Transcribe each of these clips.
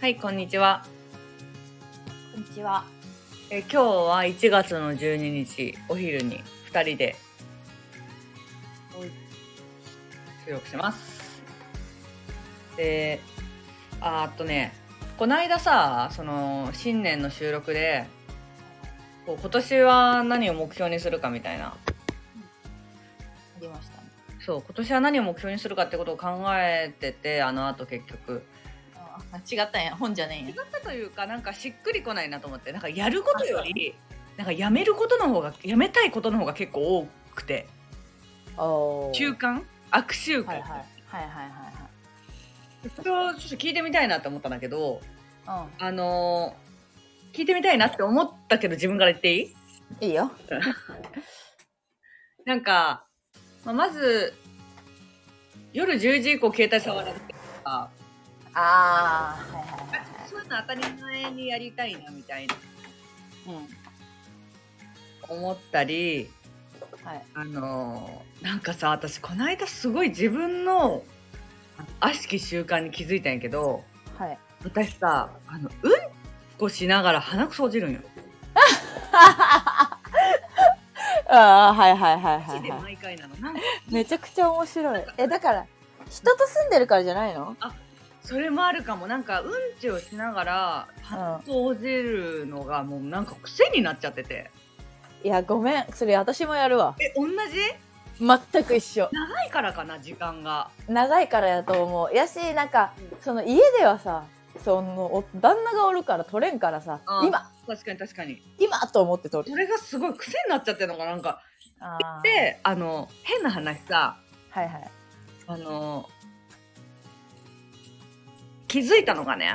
はい、こんにちは。こんにちは。え今日は1月の12日お昼に2人で収録してます。で、あーっとね、こないださ、その新年の収録で、こう今年は何を目標にするかみたいな、ありましたね。そう、今年は何を目標にするかってことを考えてて、あの後結局。あ違ったんや。本じゃねえんや。というかなんかしっくりこないなと思ってなんかやることよりなんかやめることの方がやめたいことの方が結構多くてお習慣悪習慣、はいはい。はいはいはいそれをちょっと聞いてみたいなって思ったんだけどはい。あのー聞いてみたいなって思ったけど自分から言っていいうん。いいよ。なんか、まあ、まず夜10時以降携帯触らなくてとかああ。はいはいそういうの当たり前にやりたいなみたいなはい。思ったりうん。はい。あのーなんかさ私この間すごい自分の悪しき習慣に気づいたんやけどはい。 私さあのうんこしながら鼻くそ落ちるんよ。ああ、はいはいはいはマジい、では毎回なの。なんかい。めちゃくちゃ面白い。え、だから、人と住んでるからじゃないのそれもあるかもなんかうんちをしながら鼻くそ落ちるのがもうなんか癖になっちゃってて。いや、ごめん。それ私もやるわ。え同じ全く一緒。長いからかな時間が。長いからやと思う。やし、なんか、その家ではさ、その、お旦那がおるから取れんからさ、うん今、確かに確かに。今と思って取そる。れがすごい癖になっちゃってるのかなんか。あーであの変な話さはいはい。あの気づいたのがね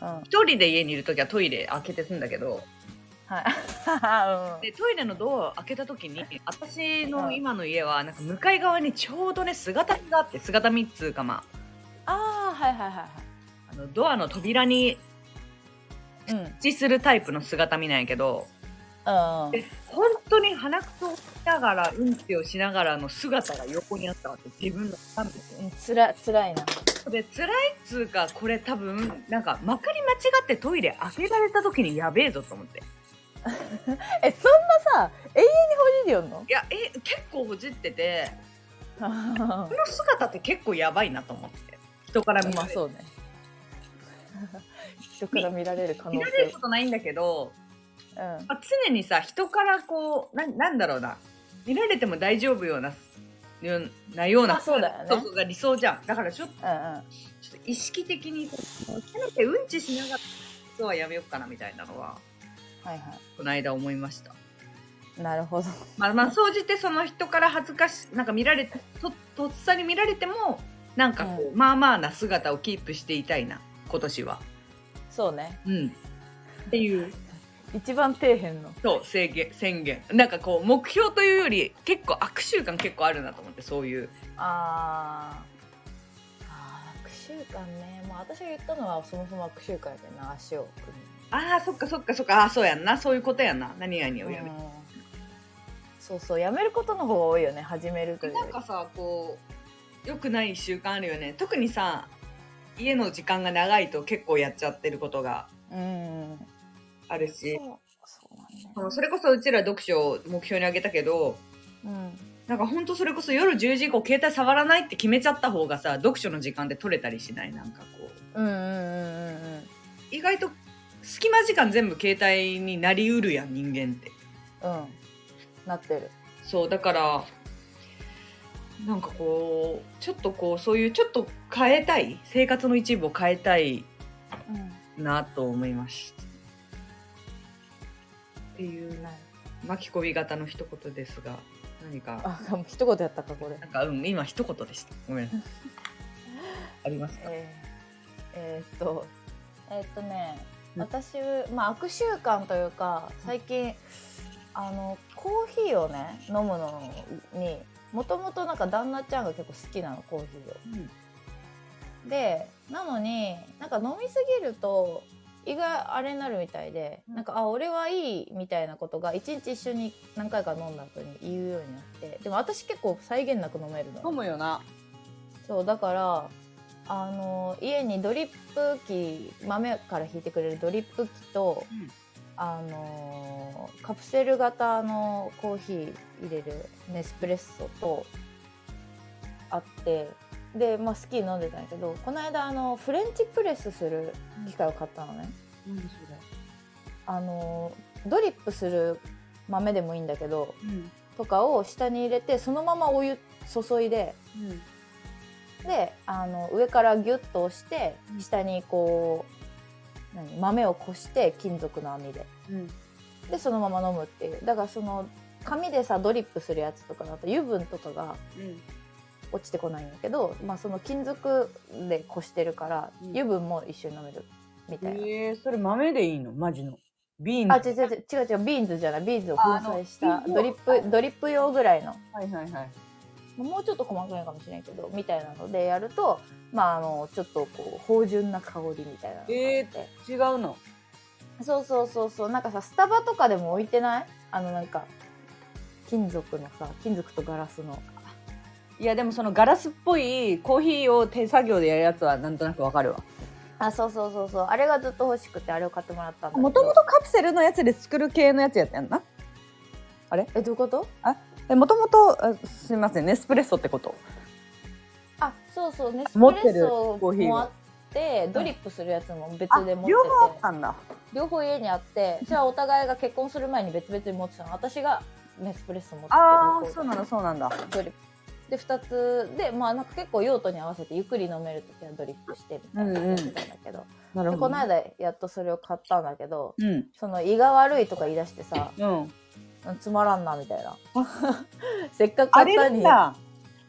うん。はい一人で家にいる時はトイレ開けてすんだけど。はでトイレのドアを開けた時に私の今の家はなんか向かい側にちょうどね姿見があって姿見っつうかまああはいはいはああのドアの扉にいはい。一致するタイプの姿見なんやけどうん。うん。で本当に鼻くそをしながらうんちをしながらの姿が横にあったわけ自分の感覚つらつらいな。で辛いっつうかこれ多分なんかまかり間違ってトイレ開けられた時にやべえぞと思ってえそんなさ永遠にほじりよ んの？いやえ結構ほじっててまこの姿って結構やばいなと思って人から見らあれる そうね。人から見られる可能見性ら。れることないんだけどまあ常にさ人からこうななんだろうな見られても大丈夫ようなようなようなあそうだよねそうそうが理想じゃんだからちょっとうんうんうん。ちょっと意識的にせめてうんちしながら今日はやめようかなみたいなのははいはこの間思いましたい。なるほど。まあまあ総じてその人から恥ずかしなんか見られととっさに見られてもなんかこう、まあまあな姿をキープしていたいな今年はそうね。うんっていう一番底辺の。そう制限宣言なんかこう目標というより結構悪習慣結構あるなと思ってそういうあーあー。悪習慣ね。もう私が言ったのはそもそも悪習慣やけどな足を組む。あーそっかそっかそっかあーそうやんなそういうことやんな何々をやめ、うんそうそうやめることの方が多いよね始めるというよなりんかさこう良くない習慣あるよね特にさ家の時間が長いと結構やっちゃってることがうんあるしそうそうなんそだのそれこそうちら読書を目標にあげたけどうんなんかほんとそれこそ夜10時以降携帯触らないって決めちゃった方がさ読書の時間で取れたりしないなんかこううんうんうんうんうん意外と隙間時間全部携帯になりうるやん人間ってうんなってるそうだからなんかこうちょっとこうそういうちょっと変えたい生活の一部を変えたいうんなと思いましたっていうない巻き込み型の一言ですが何かあもう一言やったかこれなんかうん今一言でしたごめんなさいありますかえー、えーっとえーっとねうん私、まあ、悪習慣というか最近あのコーヒーをね飲むのにもともとなんか旦那ちゃんが結構好きなのコーヒーをでなのになんか飲みすぎると胃があれになるみたいで、うんなんかあ俺はいいみたいなことが一日一緒に何回か飲んだ後に言うようになってでも私結構際限なく飲めるのむよなそうだからあの家にドリップ機豆から引いてくれるドリップ機と、うんあのカプセル型のコーヒー入れるネスプレッソとあってで、まあ、好きに飲んでたんやけどこの間あのフレンチプレスする機械を買ったのね。うん、そあのドリップする豆でもいいんだけどれ。うん。とかを下に入れてそのままお湯注いでうん。であの上からギュッと押してうん下にこう何豆をこして金属の網でうん。でそのまま飲むっていうだからその紙でさドリップするやつとかだと油分とかがうん。落ちてこないんだけど、まあ、その金属でこしてるからうん油分も一緒に飲めるみたいな、えー、それ豆でいいのマジの。ビーンあ違う違う違う違うビーンズじゃないビーンズを粉砕したあのドリップドリップ用ぐらいのはいはいはい。もうちょっと細かいかもしれないけどみたいなのでやるとまああのちょっとこう芳醇な香りみたいなのがあって、え違うの。そうそうそうそうなんかさスタバとかでも置いてないあのなんか金属のさ金属とガラスのいやでもそのガラスっぽいコーヒーを手作業でやるやつはなんとなくわかるわ。あそうそうそうそうあれがずっと欲しくてあれを買ってもらったんだけどもともとカプセルのやつで作る系のやつやったやんな。えどういうこともともとすみませんネスプレッソってこと。あそうそうネスプ持ってるレッソコーヒーをもあってドリップするやつも別で持ってて両方あったんだ。両方家にあってじゃあお互いが結婚する前に別々に持ってたの私がネスプレッソ持っててあ向あこがそうなんだそうなんだ。ドリップで2つでまあなんか結構用途に合わせてゆっくり飲める時はドリップしてみたいなのやってたんだけど、なるでこの間やっとそれを買ったんだけどうんその胃が悪いとか言い出してさうん。つまらんなみたいな せっかくあ買ったれにだ。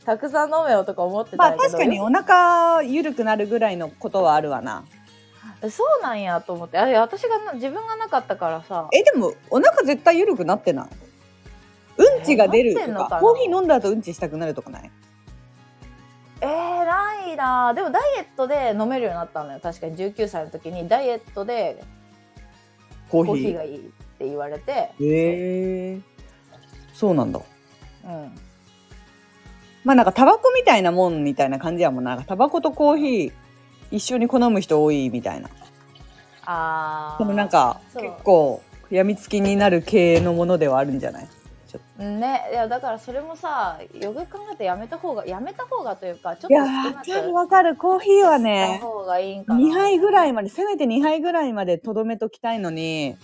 たくさん飲めよとか思ってまたあんだけ確ど、かにお腹緩くなるぐらいのことはあるわな。えそうなんやと思ってあれ私がな自分がなかったからさえでもお腹絶対緩くなってない。うんちが出るとえなってんのかかなコーヒー飲んだ後うんちしたくなるとかない。えー、ないなでもダイエットで飲めるようになったのよ確かに19歳の時にダイエットでココーヒーがいいって言われて、へえそうなんだうん、まあなんかタバコみたいなもんみたいな感じやもんななんかタバコとコーヒー一緒に好む人多いみたいなあでもなんかそう結構やみつきになる系のものではあるんじゃないねいやだからそれもさよく考えてやめた方がやめた方がというかちょっといや少なわくかるわかるコーヒーはしたね方がいいんかな2杯ぐらいまでせめて2杯ぐらいまでとどめときたいのに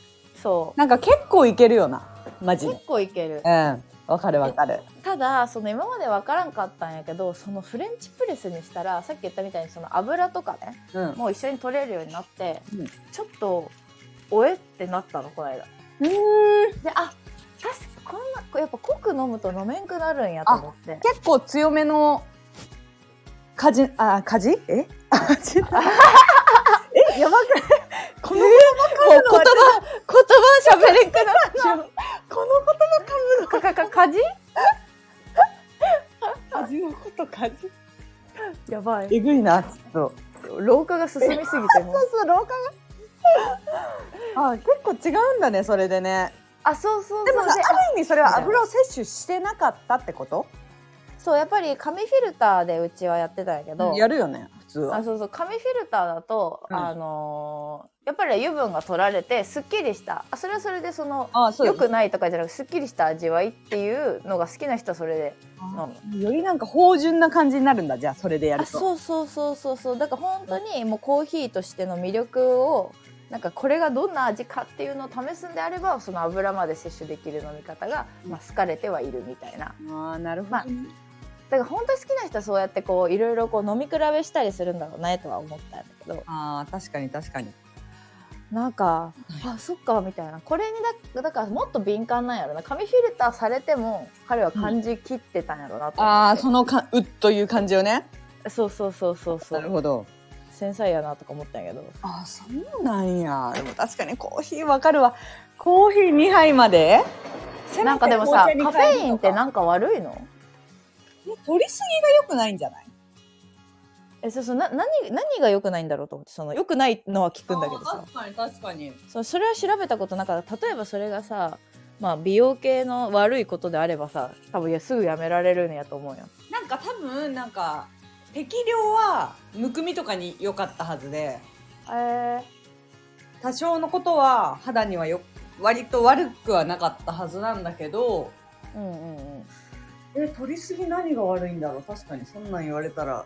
そうなんか結構いけるよなマジで結構いけるうんわかるわかるただその今まで分からんかったんやけどそのフレンチプレスにしたらさっき言ったみたいにその油とかねうんもう一緒に取れるようになって、うんちょっとおえってなったのこの間うんであ確かこんなこやっぱ濃く飲むと飲めんくなるんやと思って結構強めのかじあかじえ あちょっとえやばくないこの言もう葉言葉喋れんくなっちゃうこの言かかかかじ葉かじのことかじやばいえぐいなちょっと老化が進みすぎてもうそう廊下が あ結構違うんだねそれでねあそうそうそうでもさである意味それは油を摂取してなかったってことそうやっぱり紙フィルターでうちはやってたんやけど、やるよね普通あはそうそう紙フィルターだと、うんあのーやっぱり油分が取られてすっきりしたあそれはそれでそのあそ良くないとかじゃなくすっきりした味わいっていうのが好きな人はそれで飲むよりなんか芳醇な感じになるんだじゃあそれでやあるとそうそうそうそうそうだから本当にもうコーヒーとしての魅力をなんかこれがどんな味かっていうのを試すんであればその油まで摂取できる飲み方が、まあ、好かれてはいるみたいなああなるほまあねだから本当に好きな人はそうやってこういろいろこう飲み比べしたりするんだろうなとは思ったんだけどあー確かに確かになんかあそっかみたいなこれにだだからもっと敏感なんやろな紙フィルターされても彼は感じ切ってたんやろなとあ思あって、そのかうっという感じをねそうそうそうそうそなるうほど繊細やなとか思ったんやけどああそうなんやでも確かにコーヒーわかるわコーヒー2杯までなんかでもさせめてカ紅フ茶に変えるェインってなんか悪いのとか取りすぎが良くないんじゃないえそうそうな何何が良くないんだろうと思ってその良くないのは聞くんだけどさかに確かにそうそれは調べたことなかった例えばそれがさ、まあ、美容系の悪いことであればさ多分いやすぐやめられるんやと思うよなんか多分なんか適量はむくみとかに良かったはずでえ多少のことは肌にはよ割と悪くはなかったはずなんだけどー、うんうんうんえ取りすぎ何が悪いんだろう確かにそんなん言われたら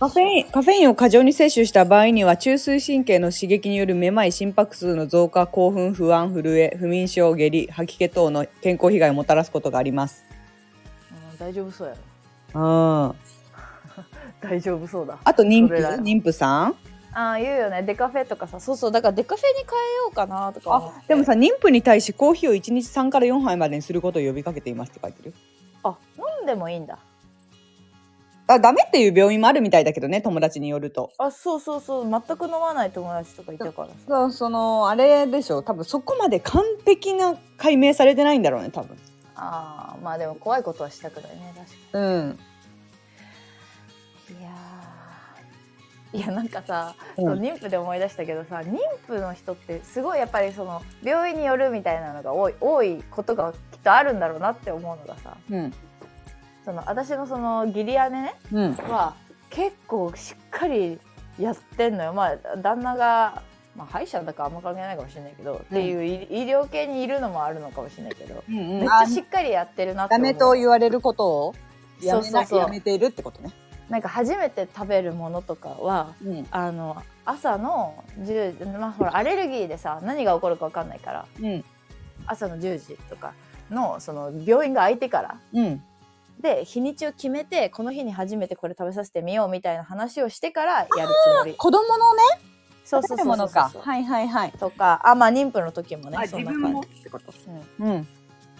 カフェイン、カフェインを過剰に摂取した場合には、中枢神経の刺激によるめまい、心拍数の増加、興奮、不安、震え、不眠症、下痢、吐き気等の健康被害をもたらすことがあります。うん大丈夫そうやろうん。あ大丈夫そうだと妊そ婦れだよ妊婦さんああ言うよねデカフェとかさそうそうだからデカフェに変えようかなとか思ってあ、でもさ、妊婦に対しコーヒーを1日3から4杯までにすることを呼びかけていますって書いてる。あ飲んでもいいんだあ、ダメっていう病院もあるみたいだけどね、友達によると。あそうそうそう全く飲まない友達とかいたからさそうその、あれでしょ、多分そこまで完璧な解明されてないんだろうね、多分。ああまあでも怖いことはしたくないね確かうん。にいやーいやなんかさ、うんそう妊婦で思い出したけどさ妊婦の人ってすごいやっぱりその病院によるみたいなのが多い多いことがきっとあるんだろうなって思うのがさうん。その私のその義理姉ねうん。は結構しっかりやってんのよまあ旦那が、まあ、歯医者だからあんま関係ないかもしれないけど、っていう医医療系にいるのもあるのかもしれないけどうんめっちゃしっかりやってるなってダ思うメと言われることをやそうめそなうそうやめているってことね。なんか初めて食べるものとかはうんあの朝の10時まあほらアレルギーでさ何が起こるか分かんないからうん朝の10時とかのその病院が空いてからうんで日にちを決めてこの日に初めてこれ食べさせてみようみたいな話をしてからやるつもり子供のねそう食そべうそうるものそうかそうはいはいはい。とかあまあ妊婦の時もねあそん自な分感もっじ、てことうん、うん。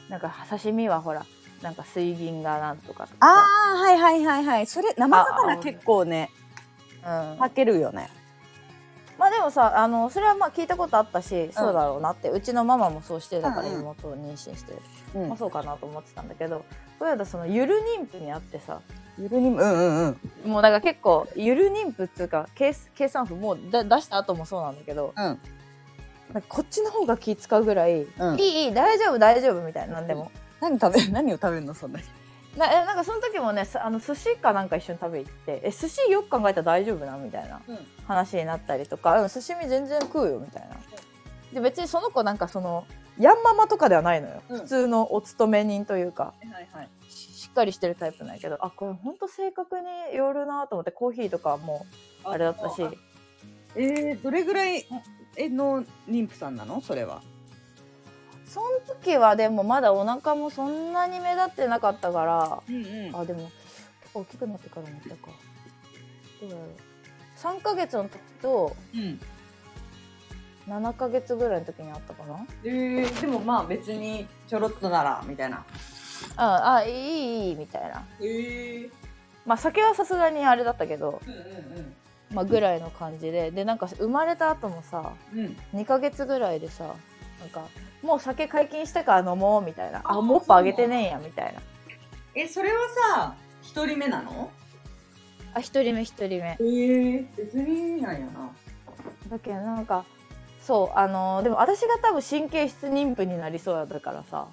なんか刺身はほらなんか水銀がなんとかとあかあはいはいはいはい。それ生魚結構ねあ、うん、かけるよね。まあでもさあのそれはまあ聞いたことあったしそうだろうなって、うちのママもそうしてだからうんうん妹を妊娠してる、うんまあ、そうかなと思ってたんだけどそういえばそのゆる妊婦にあってさゆるにもうんうんうんもうなんか結構ゆる妊婦っていうか計計算符もうだ出した後もそうなんだけどうんなんかこっちの方が気使うぐらい、うんい。いいい大丈夫大丈夫みたいななんでも、何食べ る何を食べるのそんなに。なえなんかその時もねすあの寿司かなんか一緒に食べ行ってえ寿司よく考えたら大丈夫なみたいなうん話になったりとか、うん、寿司全然食うよみたいなで別にその子なんかそのヤンママとかではないのよ、うん普通のお勤め人というかはいはい。ししっかりしてるタイプなんやけどあこれほんと性格によるなと思ってコーヒーとかもあれだったしあえー、どれぐらいえの妊婦さんなのそれは。その時はでもまだお腹もそんなに目立ってなかったからうんうん。あでも結構大きくなってから思ったかどうだろう3ヶ月の時とうん。 7ヶ月ぐらいの時にあったかなえー、でもまあ別にちょろっとならみたいなああいいいいみたいなへえまあ酒はさすがにあれだったけど、うんうまあ、ぐらいの感じででなんか生まれた後もさんうんうん2ヶ月ぐらいでさなんかもう酒解禁したから飲もうみたいなあもっぱあげてねえやみたいなえそれはさ一人目なのあ一人目一人目えー、別になんやなだけどなんかそうあのーでも私が多分神経質妊婦になりそうだからさ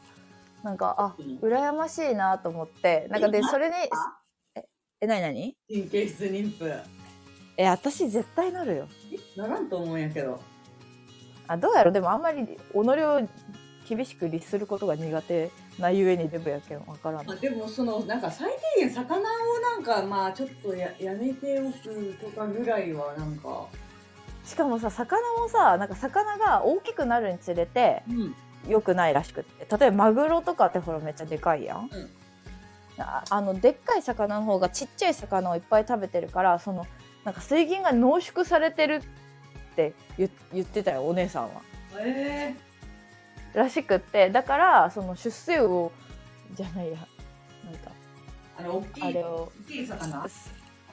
なんかあ羨ましいなと思ってなんかでそれにええなになに神経質妊婦え私絶対なるよならんと思うんやけどあどうやろうでもあんまり己を厳しく律することが苦手なゆえにデブやけんわからんあでもそのなんか最低限魚をなんかまあちょっとややめておくとかぐらいはなんかしかもさ魚もさなんか魚が大きくなるにつれてうん良くないらしくって例えばマグロとかってほらめっちゃでかいやん、うんああのでっかい魚の方がちっちゃい魚をいっぱい食べてるからそのなんか水銀が濃縮されてるって言言ってたよお姉さんはえらしくってだからその出世魚をじゃないやなんかー、あの大きいあれを大きい魚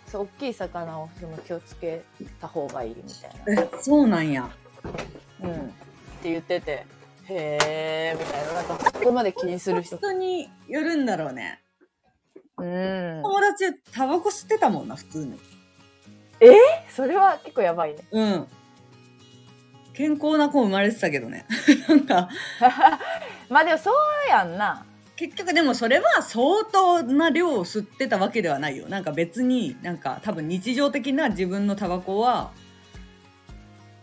そう大きい魚をその気をつけた方がいいみたいそうなんやな、うん、って言っててへえみたいななんかそこまで気にする人人によるんだろうねうん友達タバコ吸ってたもんな普通にそれは結構やばいねうん 健康な子生まれてたけどねなんかまあでもそうやんな結局でもそれは相当な量を吸ってたわけではないよなんか別になんか多分日常的な自分のタバコは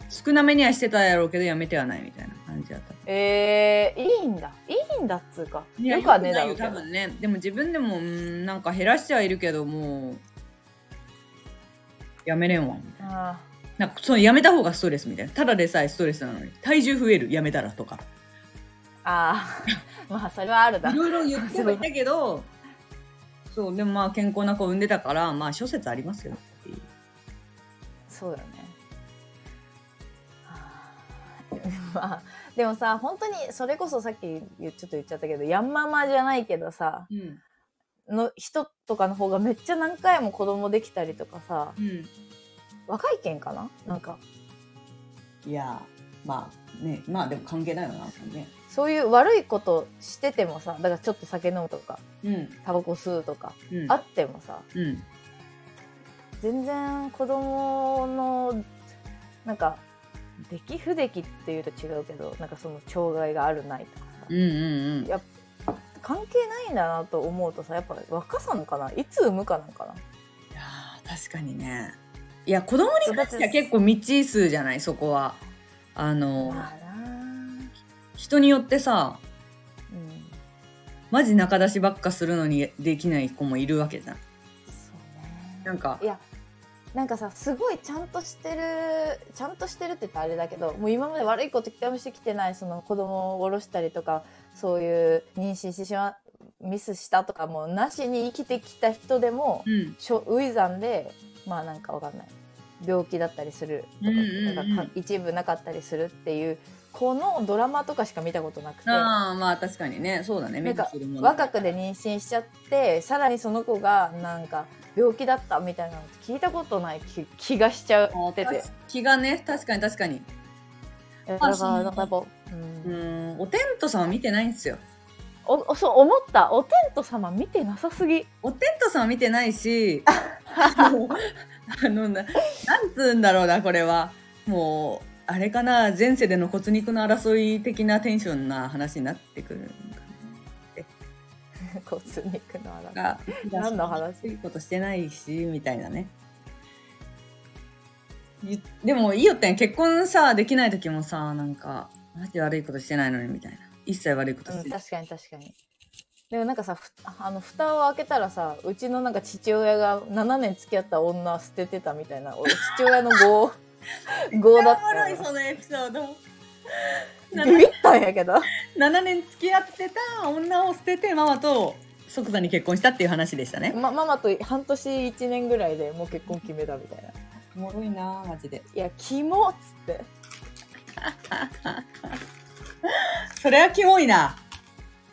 少なめにはしてたやろうけどやめてはないみたいな感じだったえー、いいんだいいんだっつうかいやよくはねえだ良ろうくけないどよ多分ねでも自分でもうーんなんか減らしてはいるけどもうやめれんわみたいなあなんかそのやめた方がストレスみたいなただでさえストレスなのに体重増えるやめたらとかーあー まあそれはあるだいろいろ言ってはいたけど そうでもまあ健康な子産んでたからまあ諸説ありますよっていうそうよね。まあでもさ本当にそれこそさっき言ちょっと言っちゃったけどヤンママじゃないけどさうんの人とかの方がめっちゃ何回も子供できたりとかさ若い県かななんかいやまあねまあでも関係ないよなねそういう悪いことしててもさだからちょっと酒飲むとかうんタバコ吸うとかうんあってもさうん全然子供のなんか出来不出来っていうと違うけどなんかその障害があるないとかさうんうんうんやっぱ関係ないんだなと思うとさやっぱ若さのかないつ産むかなんかないやー確かにねいや子供に関しては結構未知数じゃないそこはあのまあな人によってさうんマジ仲出しばっかするのにできない子もいるわけじゃんそうなねんかいやなんかさすごいちゃんとしてるちゃんとしてるって言ったらあれだけどもう今まで悪いこと一回もしてきてないその子供を下ろしたりとかそういう妊娠してしまうミスしたとかもうなしに生きてきた人でもうんしょ初産でまあなんかわかんない病気だったりするとか,、うんうんうんなんかか一部なかったりするっていうこのドラマとかしか見たことなくてああまあ確かにねそうだねなんか目にするもの若くで妊娠しちゃってさらにその子がなんか病気だったみたいなのって聞いたことない気気がしちゃってて気がね確かに確かにだからそうなんかやっぱううんーんお天道さんは見てないんですよおおそう思ったお天道様見てなさすぎ お天道さんは見てないしあのあのななんつうんだろうなこれはもうあれかな前世での骨肉の争い的なテンションな話になってくるのか骨肉のあらなが何の話いいことしてないしみたいなねいでもいいよってん結婚さできない時もさなんかマジ悪いことしてないのにみたいな一切悪いことうしん、てない、確かに確かにでもなんかさふあの蓋を開けたらさうちのなんか父親が7年付き合った女捨ててたみたいなお父親の 業業だっおもろたいよそのエピソード ビビったんやけど7年付き合ってた女を捨ててママと即座に結婚したっていう話でしたねまママと半年1年ぐらいでもう結婚決めたみたいな「おもろいなマジでいやキモ」っつってそれはキモいな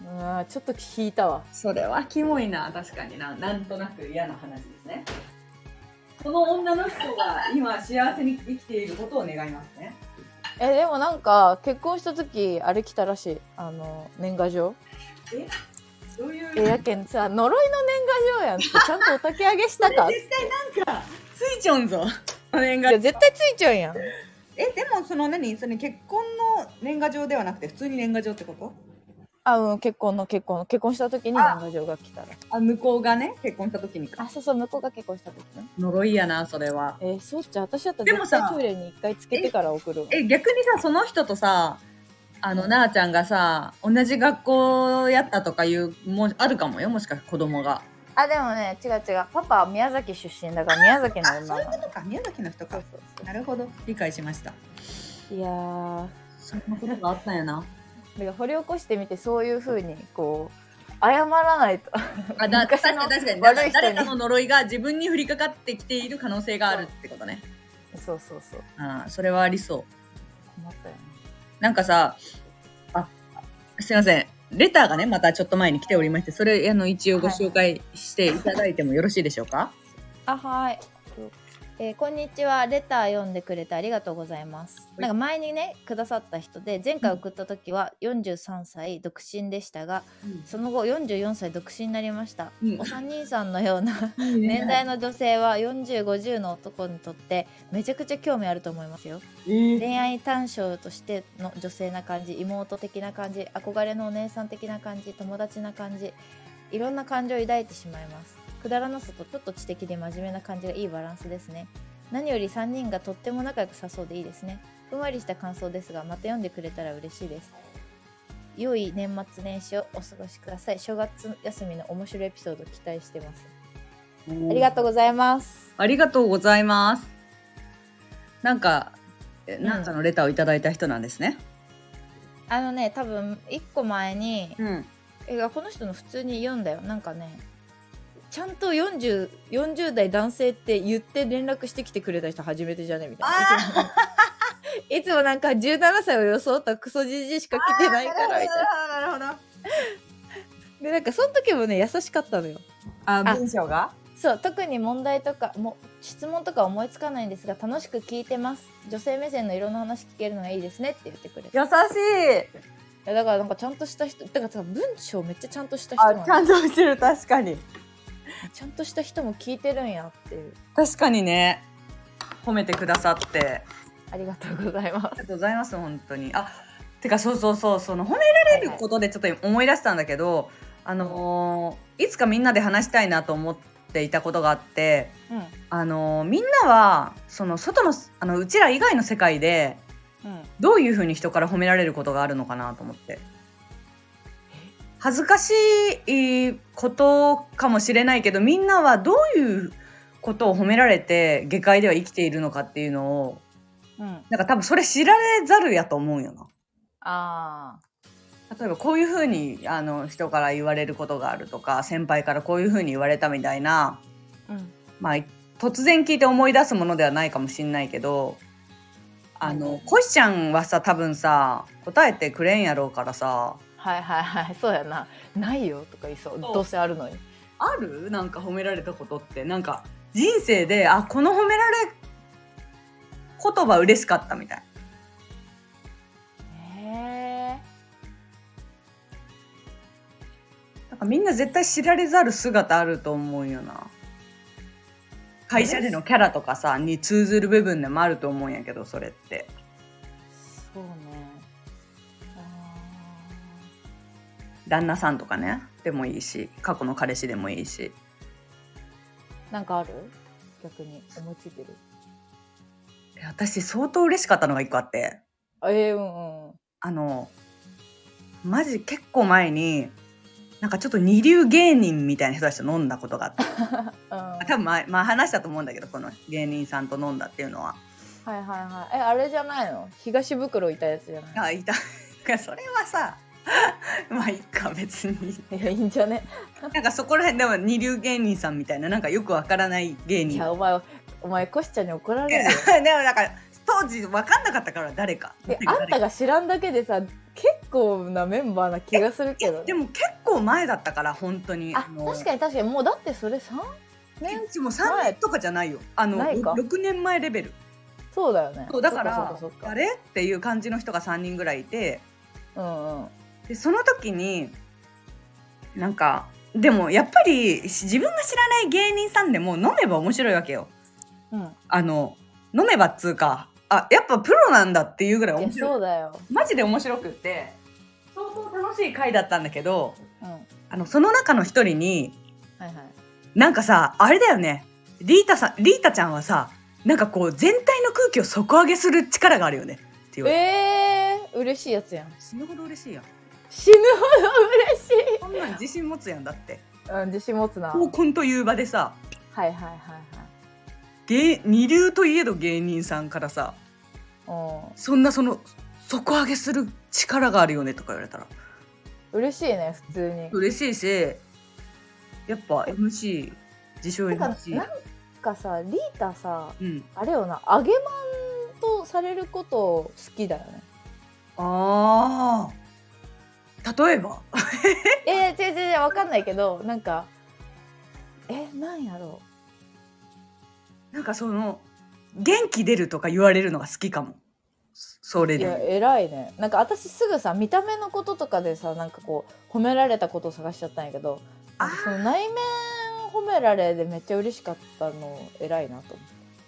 うんちょっと引いたわそれはキモいな確かにななんとなく嫌な話ですねこの女の人が今幸せに生きていることを願いますねえでもなんか結婚した時あれ来たらしいあの年賀状どういうえやけんさ呪いの年賀状やんってちゃんとお焚き上げし たかい絶対なんかついちょんぞお年賀や絶対ついちゃうやんえでもその何それ結婚の年賀状ではなくて普通に年賀状ってことあうん結婚の結婚の結婚した時に年賀状が来たらあ向こうがね結婚した時にあそうそう向こうが結婚した時ね呪いやなそれはえー、そうっちゃん私だったでらも絶さ対トイレに一回つけてから送るわえ逆にさその人とさあのなあちゃんがさ同じ学校やったとかいうもあるかもよもしかして子供があでもね違う違うパパは宮崎出身だから宮崎の女なのとか宮崎の人かなるほど理解しましたいやーそんなことがあったんや なだから掘り起こしてみてそういうふうにこう謝らないとあだ確昔かのに確かに悪い人に誰かの呪いが自分に降りかかってきている可能性があるってことね そうそうそうあーそれはありそう困ったよねなんかさ、あ、すいません。レターがね、またちょっと前に来ておりまして、それ、あの、一応ご紹介していただいてもよろしいでしょうか、あはいえーこんにちはレター読んでくれてありがとうございますいなんか前にねくださった人で前回送った時は43歳独身でしたが、うんその後44歳独身になりました、うんお三人さんのような年年代の女性は4050の男にとってめちゃくちゃ興味あると思いますよえー恋愛単勝としての女性な感じ妹的な感じ憧れのお姉さん的な感じ友達な感じいろんな感情を抱いてしまいますくだらなさとちょっと知的で真面目な感じがいいバランスですね何より3人がとっても仲良さそうでいいですねふんわりした感想ですがまた読んでくれたら嬉しいです良い年末年始をお過ごしください正月休みの面白いエピソード期待してますありがとうございますありがとうございます。なんか、えなんかのレターをいただいた人なんですね。あのね多分1個前にうん。えこの人の普通に読んだよなんかねちゃんと 40, 40代男性って言って連絡してきてくれた人初めてじゃねみたいないつもなんかいつもなんか17歳を装ったクソじじいしか来てないからみたいなあーなるほでなんかその時もね優しかったのよど。あ文章がそう特に問題とかも質問とか思いつかないんですが楽しく聞いてます女性目線のいろんな話聞けるのがいいですねって言ってくれたい優しい。やだからなんかちゃんとした人だからさ文章めっちゃちゃんとした人あなのちゃんとしてる確かに。ちゃんとした人も聞いてるんやっていう確かにね、褒めてくださって。ありがとうございますありがとうございます本当にあてかそうそうそうその褒められることでちょっと思い出したんだけど、あのーいつかみんなで話したいなと思っていたことがあってうんあのーみんなはその外のあのうちら以外の世界でうんどういうふうに人から褒められることがあるのかなと思って恥ずかしいことかもしれないけどみんなはどういうことを褒められて下界では生きているのかっていうのをうんなんか多分それ知られざるやと思うよな。あ例えばこういうふうにあの人から言われることがあるとか先輩からこういうふうに言われたみたいな、あ、うん、まあ、突然聞いて思い出すものではないかもしんないけどあのコシちゃんはさ多分さ答えてくれんやろうからさはいはいはい そうやなないよとか言いそうそうどうせあるのにあるなんか褒められたことってなんか人生であこの褒められ言葉嬉しかったみたいへえなんかみんな絶対知られざる姿あると思うよな会社でのキャラとかさに通ずる部分でもあると思うんやけどそれって。そうねあ旦那さんとかねでもいいし過去の彼氏でもいいしーなんかある逆に思いついてるで私相当嬉しかったのが一個あってあええうんうんあのマジ結構前になんかちょっと二流芸人みたいな人たちと飲んだことがあ ってあ多分前、まあ、話したと思うんだけどこの芸人さんと飲んだっていうのははいはいはいえあれじゃないの東袋いたやつじゃないあいたそれはさ まあいいか別にいやいいんじゃねなんかそこら辺でも二流芸人さんみたいななんかよくわからない芸い人やお前お前コシちゃんに怒 らでれるもよなんか当時わかんなかったから誰かであんたが知らんだけでさ結構なメンバーな気がするいけどやねでも結構前だったから本当にあの確かに確かにもうだってそれ3年うちも3年とかじゃないよあのないか6年前レベルそうだよねそうだかそっらそっかそっか誰っていう感じの人が3人ぐらいいてうんうんでその時になんかでもやっぱりし自分が知らない芸人さんでも飲めば面白いわけようんあの飲めばっつうかあやっぱプロなんだっていうぐらいいや面白そいうだよ、マジで面白くって相当楽しい回だったんだけどうん、はいあのその中の一人にはいなんかさ、あれだよね。リータさん、リータちゃんはさ、なんかこう、全体の空気を底上げする力があるよね。って言われて。えー、嬉しいやつやん死ぬほど嬉しいやん。死ぬほど嬉しいこんなん自信持つやんだって。うん自信持つなはい合コンという場でさ、はいはいはい芸二流といえど芸人さんからさ、うそんなその、底上げする力があるよねとか言われたら。ん嬉しいね普通に嬉しいし、やっぱ MC、自称てかなん MC。かさリータさうん。あれよな揚げまんとされること好きだよねああ。例えばいやいや違う違う違うわかんないけどなんかえなんやろうなんかその元気出るとか言われるのが好きかもそれいやで偉いねなんか私すぐさ見た目のこととかでさなんかこう褒められたことを探しちゃったんやけどあーなんかその内面褒められでめっちゃ嬉しかったの偉いなと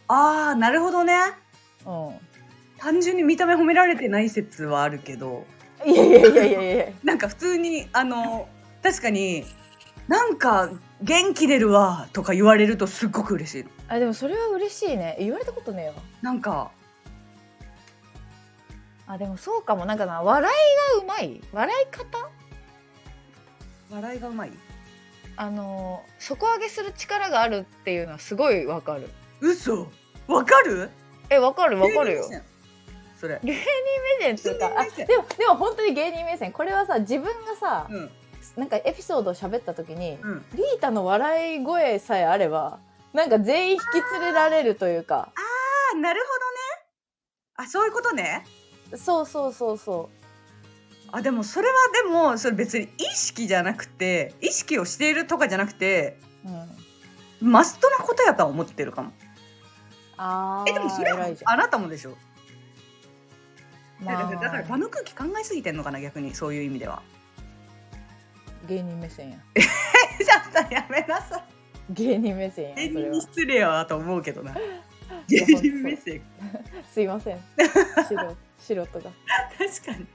ああなるほどね思単純に見た目褒められてない説はあるけどう、うん、いやいやいやいやいやなんか普通にあの確かになんか元気出るわとか言われるとすっごく嬉しいのあでもそれは嬉しいね言われたことねえわなんかあでもそうかもなんかな笑いがうまい笑い方笑いがうまいあのー底上げする力があるっていうのはすごいわかる嘘わかるえわかるわかる芸人目よ線それ芸人目線っていうか芸人あ目線でもでも本当に芸人目線これはさ自分がさ、うんなんかエピソードを喋った時に、うんリータの笑い声さえあればなんか全員引き連れられるというかあなるほどねあそういうことねそうそうそうそあでもそれはでもそれ別に意識じゃなくて意識をしているとかじゃなくてう、うん、マストなことやとは思ってるかもあーえでもそれは偉いじゃんあなたもでしょだまかあらだから場の空気考えすぎてんのかな逆にそういう意味では 芸人目線やじゃあやめなさい芸人目線や芸それ人はに失礼やわと思うけどない芸やほんと人目線すいま せん白白とか確かに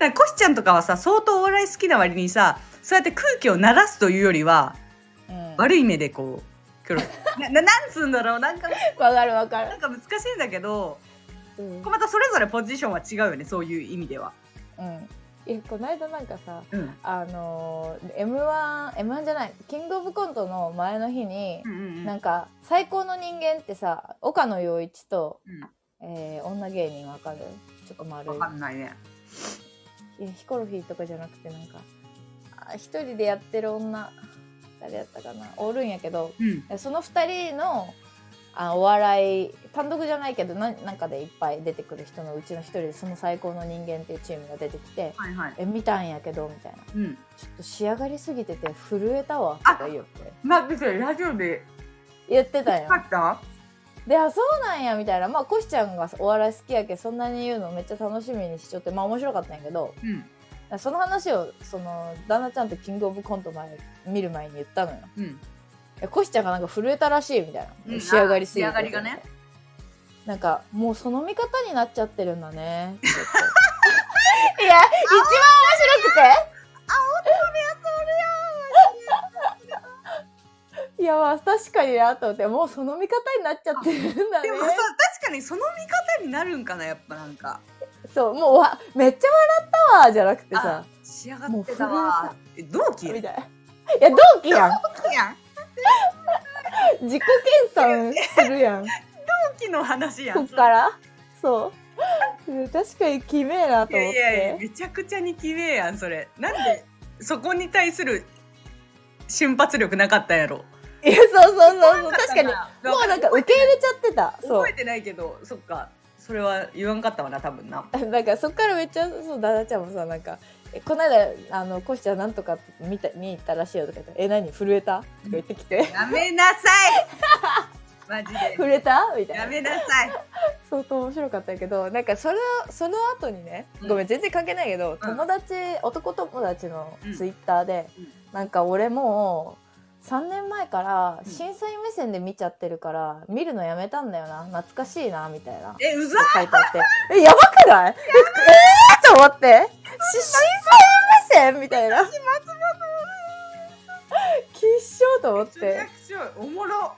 なんかコシちゃんとかはさ相当お笑い好きな割にさそうやって空気を鳴らすというよりはうん悪い目でこうキョロなななんつうんだろうなんかわかるわかなるんか難しいんだけどうん、うんまたそれぞれポジションは違うよねそういう意味では。いやこの間なんかさうんあの m 1 m 1じゃないキングオブコントの前の日に、うんうんなんか最高の人間ってさ岡野陽一と、うんえー女芸人わかるちょっと丸わかんないね。いいやヒコロヒーとかじゃなくてなんかあ一人でやってる女誰やったかなおるんやけどうんその二人のあお笑い単独じゃないけどななんかでいっぱい出てくる人のうちの一人でその最高の人間っていうチームが出てきてはいはい。え見たんやけどみたいなうん。ちょっと仕上がりすぎてて震えたわとか言ってまあ別にラジオで言ってたんよ勝った？であそうなんやみたいなまあコシちゃんがお笑い好きやけそんなに言うのめっちゃ楽しみにしちゃってまあ面白かったんやけどうんその話をその旦那ちゃんとキングオブコント前見る前に言ったのようん。えコシちゃんがなんか震えたらしいみたいな、うん仕上がりすぎてあ仕上がりがねなんかもうその見方になっちゃってる んだねって言っていや一番面白くていやまあ確かになと思ってもうその見方になっちゃってるんだねでもさ確かにその見方になるんかなやっぱなんか。そうもうわめっちゃ笑ったわじゃなくてさ仕上がってたわ。え同期みたやいん。ないや同期やん同期やん。自己 研鑽するやん同期の話やん。こっからそう確かにきめえなといや思っいやいやてめちゃくちゃにきれいやんそれ。なんでそこに対する瞬発力なかったんやろ。いやそうそうそうそう確かにもにうなんか受け入れちゃってたそ覚えてないけどそっかそれは言わんかったわな多分な。うなんかそっからめっちゃそうダダちゃんもさなんかえこの間あのコシちゃんなんとかって見た見に行ったらしいよとか言って「え何震えた?」とか言ってきてやめ なさい。マジ「で。震えた?」みたいなやめなさい。相当面白かったけどなんかそれをその後にねうんごめん全然関係ないけど、うん友達男友達のうんツイッターで、うんなんか俺もう3年前からうん震災目線で見ちゃってるから、見るのやめたんだよな懐かしいなみたいなえうざ。書いてあってえやばくないええー、と思ってし震災目線みたいなきっ しょと思っめちゃてくちゃおもろ。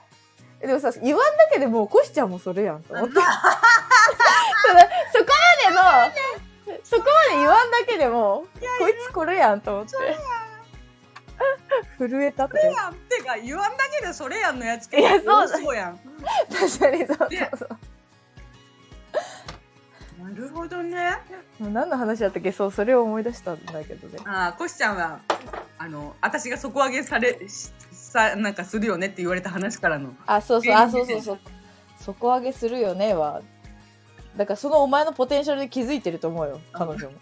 えでもさ言わんだけでもうコシちゃんもそれやんとあ思って。そのそこまでのそこまで言わんだけでもこいつこれやんと思って震えたってそれやんてか言わんだけでそれやんのやついやそうだそうやん。確かにそうそうねそうなるほどね。もう何の話だったっけそうそれを思い出したんだけどねあーコシちゃんはあの私が底上げされしさなんかするよねって言われた話からの。あそうそうあそうそうそう底上げするよねはだからそのお前のポテンシャルで気づいてると思うよ彼女も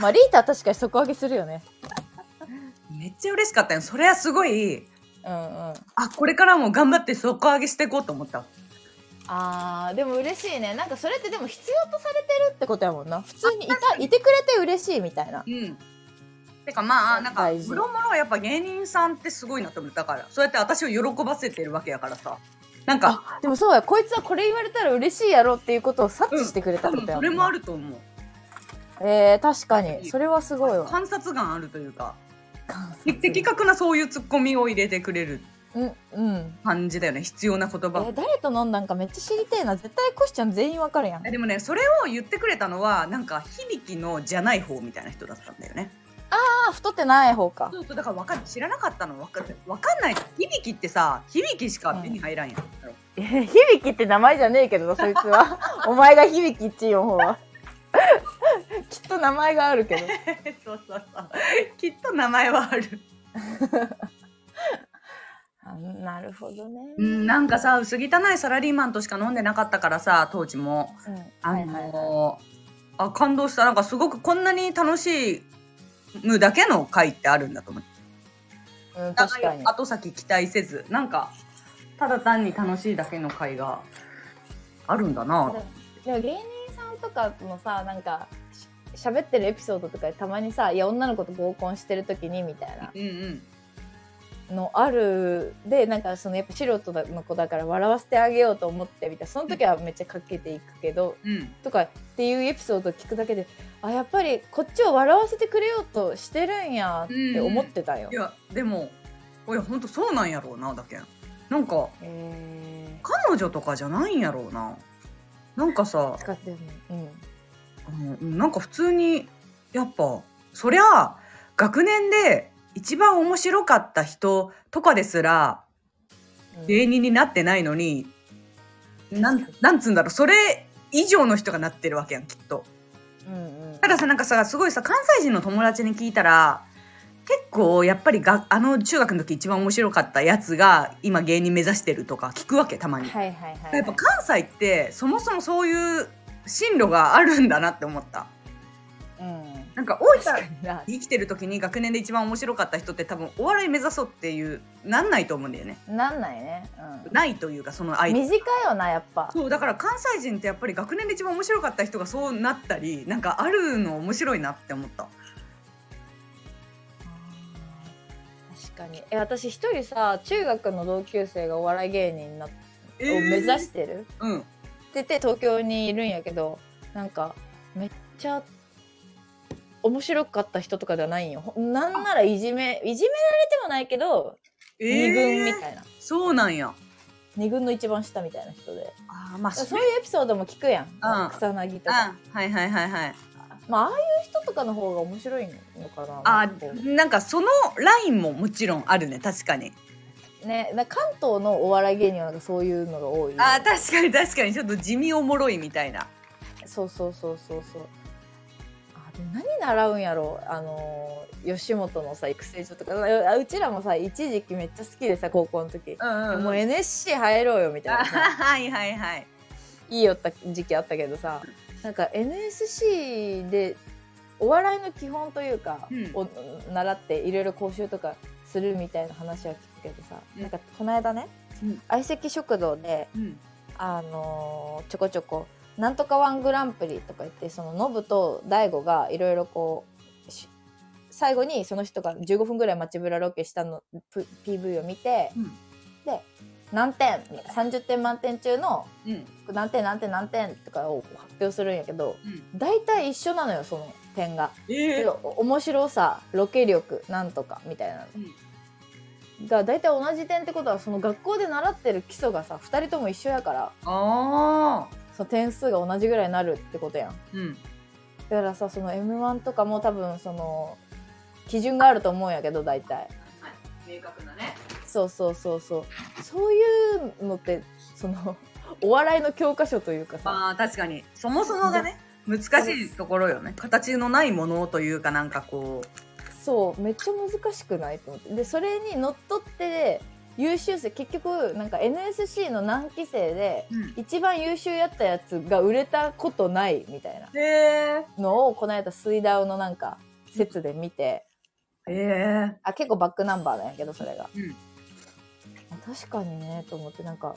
まあリータは確かに底上げするよねめっちゃ嬉しかったよ。それはすごいうんうんあこれからも頑張って底上げしていこうと思ったあーでも嬉しいねなんかそれってでも必要とされてるってことやもんな普通にいたいてくれて嬉しいみたいなうんてかまあなんか大事もろもろやっぱ芸人さんってすごいなと思ったからそうやって私を喜ばせてるわけやからさなんかでもそうやこいつはこれ言われたら嬉しいやろっていうことを察知してくれた多って分ことやそもれんもなあると思うえー、確かにそれはすごいわ観察眼あるというか観的的確なそういうツッコミを入れてくれるうんうん感じだよね必要な言え葉ー誰と飲んだんかめっちゃ知りてえな絶対コシちゃん全員わかるやんえでもねそれを言ってくれたのはなんか響きのじゃない方みたいな人だったんだよねあー太ってない方かそうそうだからわかん知らなかったのわかわかんない響きってさ響きしか手に入らんやん、えー響きって名前じゃねえけどなそいつは お前が響き1位の方はきっと名前があるけど そうそうそうきっと名前はあるあなるほどねうんなんかさ薄汚いサラリーマンとしか飲んでなかったからさ当時もうんあのはいはいはいあ感動したなんかすごくこんなに楽しむだけの回ってあるんだと思ってうん、確かに。後先期待せずなんかただ単に楽しいだけの回があるんだなでも芸人さんとかもさ、なんか、し喋ってるエピソードとかでたまにさ、いや、女の子と合コンしてる時にみたいなうんうんのあるで、なんかそのやっぱ素人の子だから笑わせてあげようと思ってみたいな、その時はめっちゃかけていくけど、うんとかっていうエピソードを聞くだけで、あ、やっぱりこっちを笑わせてくれようとしてるんやって思ってたよい。やでもいやほんとそうなんやろうなだけんなんかえ彼女とかじゃないんやろうななんかさー、使ってるの。うん。あのうんなんか普通にやっぱそりゃあ学年で一番面白かった人とかですらうん芸人になってないのに、なんなんつうんだろうそれ以上の人がなってるわけやんきっと。うんうんたださなんかさすごいさ関西人の友達に聞いたら結構やっぱりがあの中学の時一番面白かったやつが今芸人目指してるとか聞くわけたまに。はいはいはいはい。やっぱ関西ってそもそもそういう進路があるんだなって思った。うん。なんか大分確かにな生きてる時に学年で一番面白かった人って多分お笑い目指そうっていうなんないと思うんだよねなんないね、ないというかそのうん、相手短いよなやっぱそうだから関西人ってやっぱり学年で一番面白かった人がそうなったりなんかあるの面白いなって思った確かにえ私一人さ中学の同級生がお笑い芸人になを目指しててる、うんってて東京にいるんやけどなんかめっちゃ面白かった人とかではないんよほんなんならいじめいじめられてもないけど、え二軍みいたいなそうなんや二軍の一番下みたいな人であーまあそういうエピソードも聞くやん、ん草薙とかあはいはいはいはいまあああいう人とかの方が面白いのかなあなんかこうーなんかそのラインももちろんあるね確かにね、だから関東のお笑い芸人はなんかそういうのが多い、あー確かに確かにちょっと地味おもろいみたいなそうそうそうそうそうあでも何習うんやろあのー吉本のさ育成所とかあうちらもさ一時期めっちゃ好きでさ高校の時、うんもうえ NSC 入ろうよみたいなさはいはいはいいいよった時期あったけどさなんか NSC でお笑いの基本というか、うんを習っていろいろ講習とかするみたいな話は聞くけどさ、うんなんかこの間ねうん相、席食堂でうんあのーちょこちょこ「なんとかワングランプリ」とか言ってそのノブと大悟がいろいろこうし最後にその人が15分ぐらい街ぶらロケしたのプ PV を見てうん何点30点満点中のうん何点何点何点とかを発表するんやけどうん大体一緒なのよその点が。えけどお面白さロケ力なんとかみたいなのが大体同じ点ってことはその学校で習ってる基礎がさ2人とも一緒やから。ああその点数が同じぐらいになるってことやんうんだからさその m 1とかも多分その基準があると思うんやけど大体明確なねそうそうそうそうそういうのってその お笑いの教科書というかさまあ確かにそもそもが ね難しいところよね形のないものというかなんかこうそうめっちゃ難しくないと思ってでそれにのっとって優秀生結局なんか NSC の何期生でうん一番優秀やったやつが売れたことないみたいなへのをこの間水ダウのなんか説で見てえへえあ結構バックナンバーなんやけどそれが、うん確かにねと思ってなんか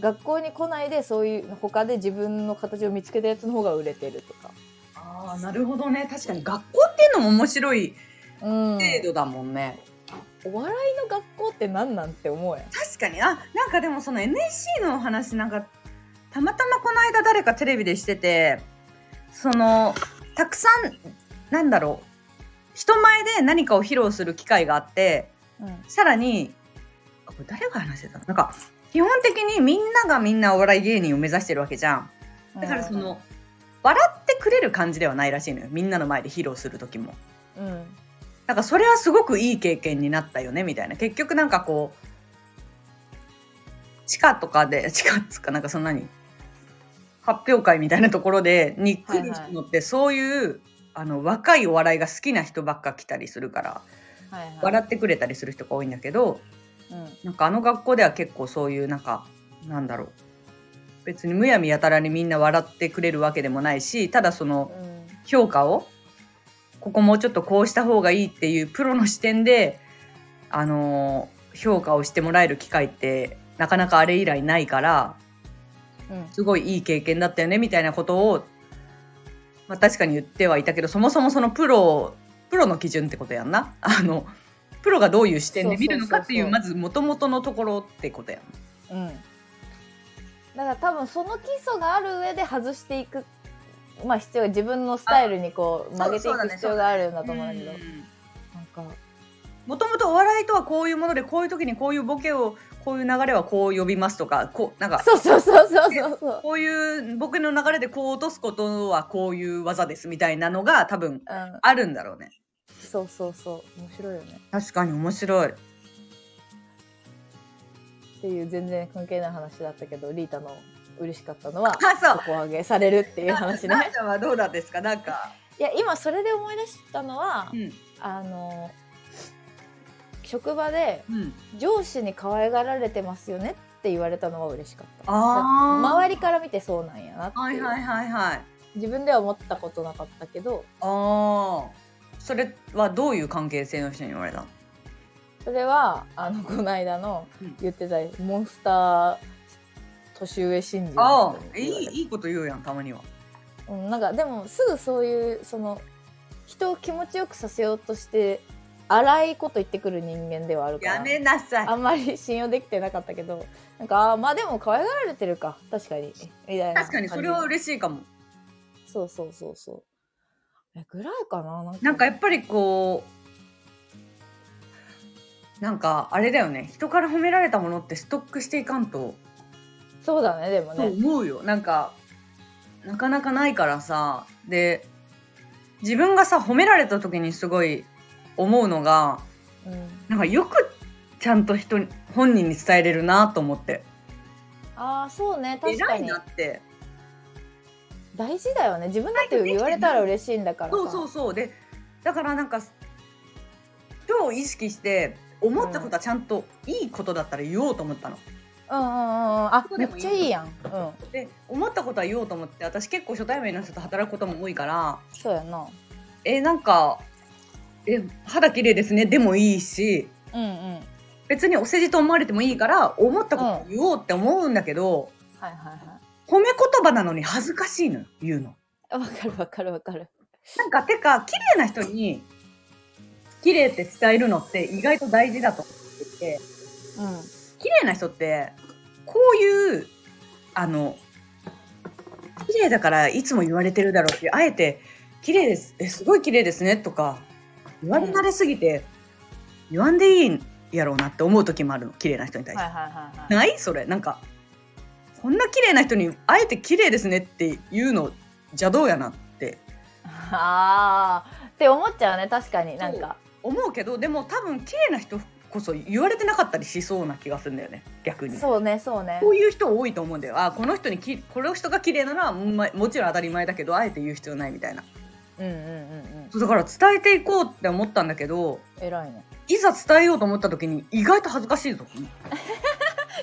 学校に来ないでそういう他で自分の形を見つけたやつの方が売れてるとか。ああ、なるほどね。確かに学校っていうのも面白いうん、程度だもんね。お笑いの学校って何なんて思うやん確かに。あ、なんかでもその NSC のお話、なんか、たまたまこの間誰かテレビでしてて、その、たくさん、なんだろう。人前で何かを披露する機会があって、うんさらに、これ誰が話してたのなんか、基本的にみんながみんなお笑い芸人を目指してるわけじゃん。だからその、笑ってくれる感じではないらしいのよ。みんなの前で披露する時も。うんなんかそれはすごくいい経験になったよねみたいな結局なんかこう地下とかで 地下っつうかなんかそんなに発表会みたいなところでに来るのってそういう、あの若いお笑いが好きな人ばっか来たりするからはいはい笑ってくれたりする人が多いんだけどうんなんかあの学校では結構そういうなんかなんだろう別にむやみやたらにみんな笑ってくれるわけでもないしただその、うん評価をここもうちょっとこうした方がいいっていうプロの視点で、あのー評価をしてもらえる機会ってなかなかあれ以来ないからうんすごいいい経験だったよねみたいなことを、まあ、確かに言ってはいたけどそもそもそのプロプロの基準ってことやんな。 あのプロがどういう視点で見るのかっていうそうまそうず元々のところってことやんうんだから多分その基礎がある上で外していくまあ必要が自分のスタイルにこうあそう曲げていそうだくね必要があるんだとな思うんだけど、んなんかもともとお笑いとはこういうものでこういう時にこういうボケをこういう流れはこう呼びますとかこうなんかそうそうそうそうそうそうこういう僕の流れでこう落とすことはこういう技ですみたいなのが多分うんあるんだろうねそうそうそう面白いよね確かに面白いっていう全然関係ない話だったけどリータの嬉しかったのはあそう底上げされるっていう話なねんちゃんはどうなんですかなんか、いや今それで思い出したのは、うんあの職場でうん、上司に可愛がられてますよねって言われたのは嬉しかったあー周りから見てそうなんやなってはいいう、はいはいはい自分では思ったことなかったけどあーそれはどういう関係性の人に言われたのそれはあのこの間のうん言ってたモンスター年上新人あの人あいに言われたいいいこと言うやんたまにはうん、なんかでもすぐそういうその人を気持ちよくさせようとして荒いこと言ってくる人間ではあるからやめなさいあんまり信用できてなかったけどなんかあーまあでも可愛がられてるか確かにみたいな確かにそれは嬉しいかもそうそうそうそうえぐらいかななんかなんかやっぱりこうなんかあれだよね人から褒められたものってストックしていかんとそうだねでもとね思うよなんかなかなかないからさで自分がさ褒められた時にすごい思うのがうんなんかよくちゃんと人に本人に伝えれるなと思ってああそうね確偉かいになって大事だよね自分だって言われたら嬉しいんだからさそうそうそうでだからなんか超意識して思ったことはちゃんといいことだったら言おうと思ったの。うんうんうんうんあそうめでっもいいちゃいいやんうんで思ったことは言おうと思って私結構初対面の人と働くことも多いからそうやなえなんかえ肌綺麗ですねでもいいしうんうんはい別にお世辞と思われてもいいから思ったことを言おうって思うんだけど、はいはい褒め言葉なのに恥ずかしいのよ言うの。わかるわかるわかる。なんかてか綺麗な人に綺麗って伝えるのって意外と大事だと思っていてうん。綺麗な人ってこういうあの綺麗だからいつも言われてるだろうっていうあえて綺麗ですえすごい綺麗ですねとか言われ慣れすぎて言わんでいいんやろうなって思う時もあるの綺麗な人に対して、はいはいい。ないそれなんかこんな綺麗な人にあえて綺麗ですねって言うの邪道やなってああ、って思っちゃうね確かになんか。思うけどでも多分綺麗な人こそ言われてなかったりしそうな気がするんだよね逆にそうねそうね。こういう人多いと思うんだよ。あこの人にきこの人が綺麗なのはまもちろん当たり前だけどあえて言う必要ないみたいな。うんうんうんうん。そうだから伝えていこうって思ったんだけど偉いね。いざ伝えようと思った時に意外と恥ずかしいぞ。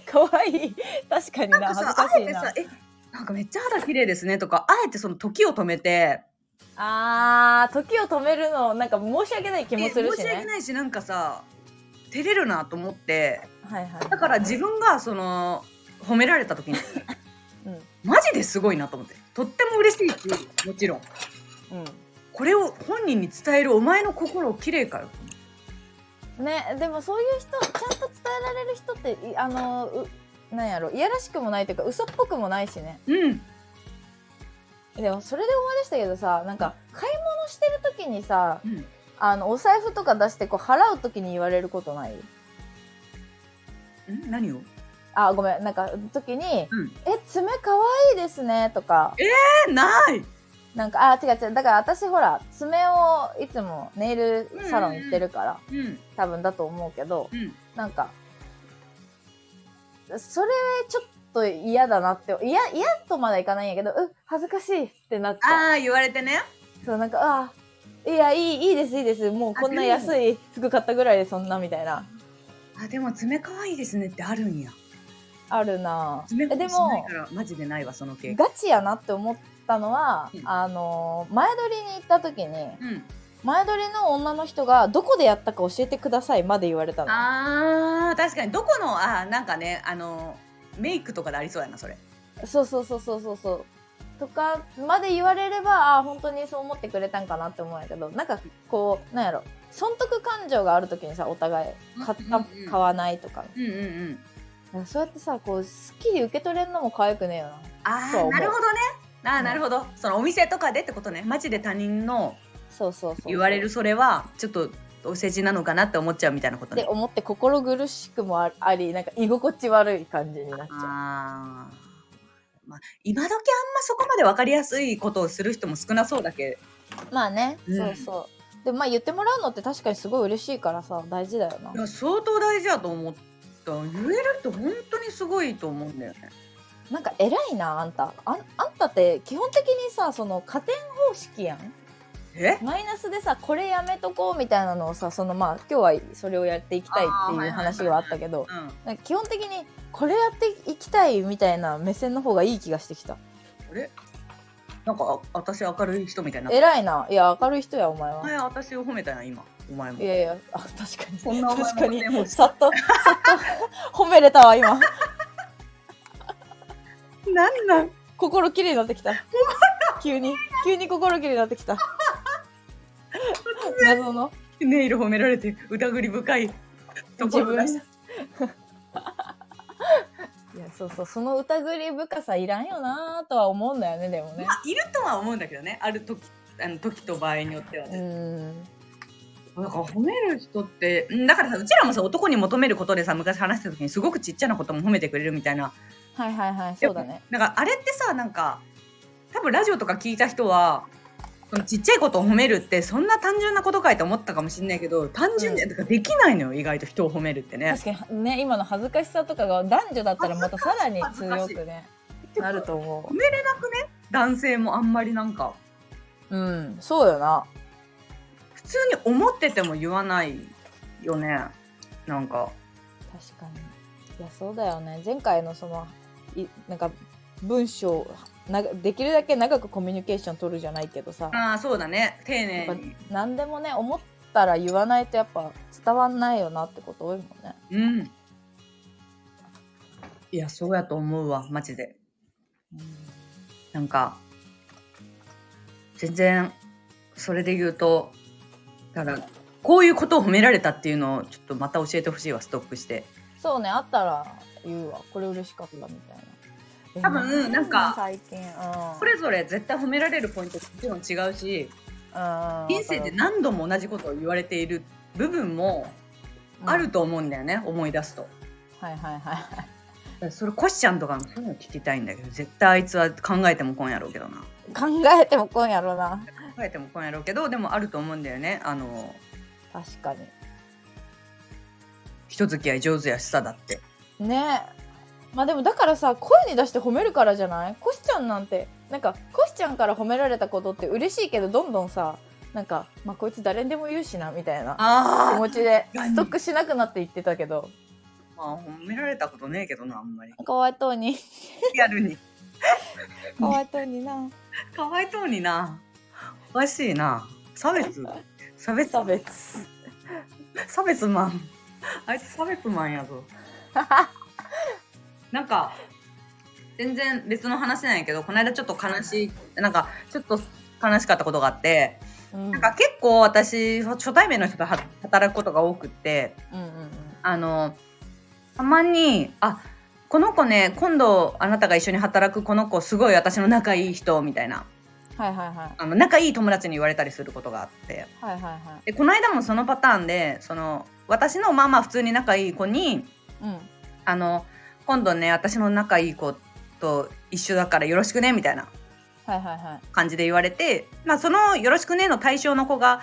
可愛い。確かにななんか恥ずさかあしえいてな。さえなんかめっちゃ肌綺麗ですねとかあえてその時を止めてああ、時を止めるのなんか申し訳ない気えもするし申し訳ね。ないしなんかさ照れるなと思ってはいはいだから自分がその褒められた時にうんマジですごいなと思ってとっても嬉しいしもちろんこれを本人に伝えるお前の心綺麗かようんねでもそういう人ちゃんと伝えられる人っていあのうなんやろいやらしくもないというか嘘っぽくもないしねうんでもそれで思い出したけどさなんか買い物してる時にさうんあのお財布とか出してこう払う時に言われることないん何をあごめんなんか時にうん「え爪かわいいですね」とかえないなんかあ違う違うだから私ほら爪をいつもネイルサロン行ってるからうん多分だと思うけどうんなんかそれちょっと嫌だなって嫌嫌とまだいかないんやけどうっ恥ずかしいってなっちゃうああ言われてねそうなんかああいやいいいいですいいですもうこんな安い服買ったぐらいでそんなみたいなあでも爪可愛いですねってあるんやあるなぁ爪え可愛でいしないもからマジでないわその経験ガチやなって思ったのは、うんあの前撮りに行った時うにん前撮りの女の人が「どこでやったか教えてください」まで言われたのあー確かにどこのあーなんかねあのメイクとかでありそうやなそれそうそうそうそうそうそうとかまで言われればああ本当にそう思ってくれたんかなって思うんやけどなんかこうなんやろ損得感情がある時にさお互い買ったうんうんうん買わないとかうんうんうんなんかそうやってさこうすっきり受け取れるのも可愛くねえよなあとはあ思うなるほどねあうあんなるほどそのお店とかでってことねマジで他人のそうそうそう言われるそれはちょっとお世辞なのかなって思っちゃうみたいなことってね思って心苦しくもあありなんか居心地悪い感じになっちゃあーまあ今時あんまそこまで分かりやすいことをする人も少なそうだけうまあね、うんそうそうでまあ言ってもらうのって確かにすごい嬉しいからさ大事だよないや相当大事だと思った言える人本当にすごいと思うんだよねなんか偉いなあんたあんあんたって基本的にさその加点方式やんえマイナスでさこれやめとこうみたいなのをさそのまあ今日はそれをやっていきたいっていう話はあったけどうんなんか基本的にこれやっていきたいみたいな目線の方がいい気がしてきたあれなんかあ私明るい人みたいになった偉いないや明るい人やお前は前私を褒めたな今お前もいやいや、あ確かに。そんなお前も確かにねも。うさっと、さっと 褒めれたわ、今。なんなん心きれいになってきた。急に、急に心きれいになってきた。謎のネイル褒められて疑り深いとこ自ろ分。 だしいや、そうそう、その疑り深さいらんよなとは思うんだよね、でもねま。あいるとは思うんだけどねある時あの時と場合によってはうね、ん。だから褒める人ってうんだからさうちらもさ男に求めることでさ昔話した時にすごくちっちゃなことも褒めてくれるみたいなはいはいはい、そうだね。なんかあれってさなんか多分ラジオとか聞いた人はそのちっちゃいことを褒めるってそんな単純なことかいと思ったかもしれないけど単純で、うだからできないのよ意外と人を褒めるってね確かにね、今の恥ずかしさとかが男女だったらまたさらに強くね、なると思う。男性もあんまりなんかうん、そうよな。普通に思ってても言わないよねなんか確かにいやそうだよね前回のそのいなんか文章なできるだけ長くコミュニケーション取るじゃないけどさああそうだね丁やっ寧ぱに何でもね思ったら言わないとやっぱ伝わんないよなってこと多いもんねうんいやそうやと思うわマジでなんか全然それで言うとだからこういうことを褒められたっていうのをちょっとまた教えてほしいわストックしてそうねあったら言うわこれ嬉しかったみたいな多分えなんか最近うんそれぞれ絶対褒められるポイントってもちろん違うしうん人生で何度も同じことを言われている部分もうんあると思うんだよね、思い出すと。はいはいはいそれコシちゃんとかのそういうの聞きたいんだけど絶対あいつは考えてもこんやろうけどな考えてもこんやろな考えてもこんやろうけどでもあると思うんだよねあの確かに人付き合い上手やしさだってねまあでもだからさ声に出して褒めるからじゃないコシちゃんなんてなんかコシちゃんから褒められたことって嬉しいけどどんどんさなんか、まあ、こいつ誰にでも言うしなみたいな気あ持ちで確かにストックしなくなって言ってたけどまあ褒められたことねえけどなあんまりかわいとうにリアルに かわいとうになかわいそうになおかしいな差別差別差別差別マンあいつ差別マンやぞ。なんか、全然別の話なんやけど、この間ちょっと悲しい、なんか、ちょっと悲しかったことがあって、 うんなんか結構私、初対面の人とは働くことが多くって、うんうんうんあの、たまに、あ、この子ね、今度あなたが一緒に働くこの子、すごい私の仲いい人、みたいな、はいはいはいあの、仲いい友達に言われたりすることがあって。はいはいはでこの間もそのパターンでその私のまあまあ普通に仲いい子にいうんあの今度ね私の仲いい子と一緒だからよろしくねみたいなはいはいはい感じで言われて、まあ、その「よろしくね」の対象の子が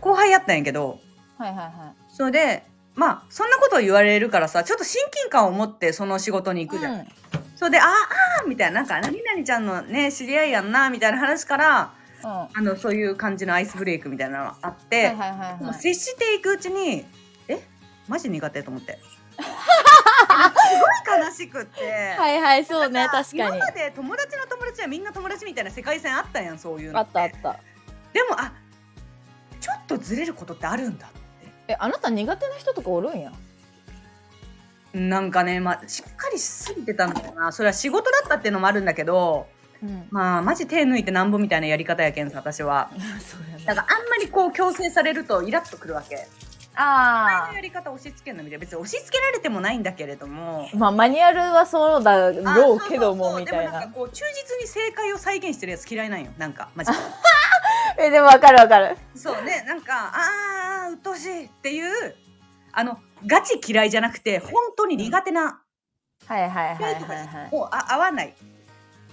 後輩やったんやけどはいはいはそれでまあそんなことを言われるからさちょっと親近感を持ってその仕事にい行くじゃん。うんそれで「あーあー」みたいな「なんか何々ちゃんのね知り合いやんな」みたいな話からうんはあのそういう感じのアイスブレイクみたいなのがあっいて。はいはいはいもう接していくうちにえマジ苦手と思ってすごい悲しくって、はいはいそうなねん確か今にまで友達の友達はみんな友達みたいな世界線あったやんそういうのあったあったでもあちょっとずれることってあるんだっえあなた苦手な人とかおるんやてなんかね、まあ、しっかりしすぎてたのかなそれは仕事だったっていうのもあるんだけどうんまあマジ手抜いてなんぼみたいなやり方やけんさ私はそうやだなからあんまりこう強制されるとイラッとくるわけあやり方押し付けるのみたいな別に押し付けられてもないんだけれどもあまあマニュアルはそうだろうけどもみたいでもなんなかこう忠実に正解を再現してるやつ嫌いなんよなんかマジでえでもわかるわかる そうねなんかあーうっとうしいっていうあのガチ嫌いじゃなくて本当に苦手な、はいはい嫌はいいとかはじいゃはいもうあ合わない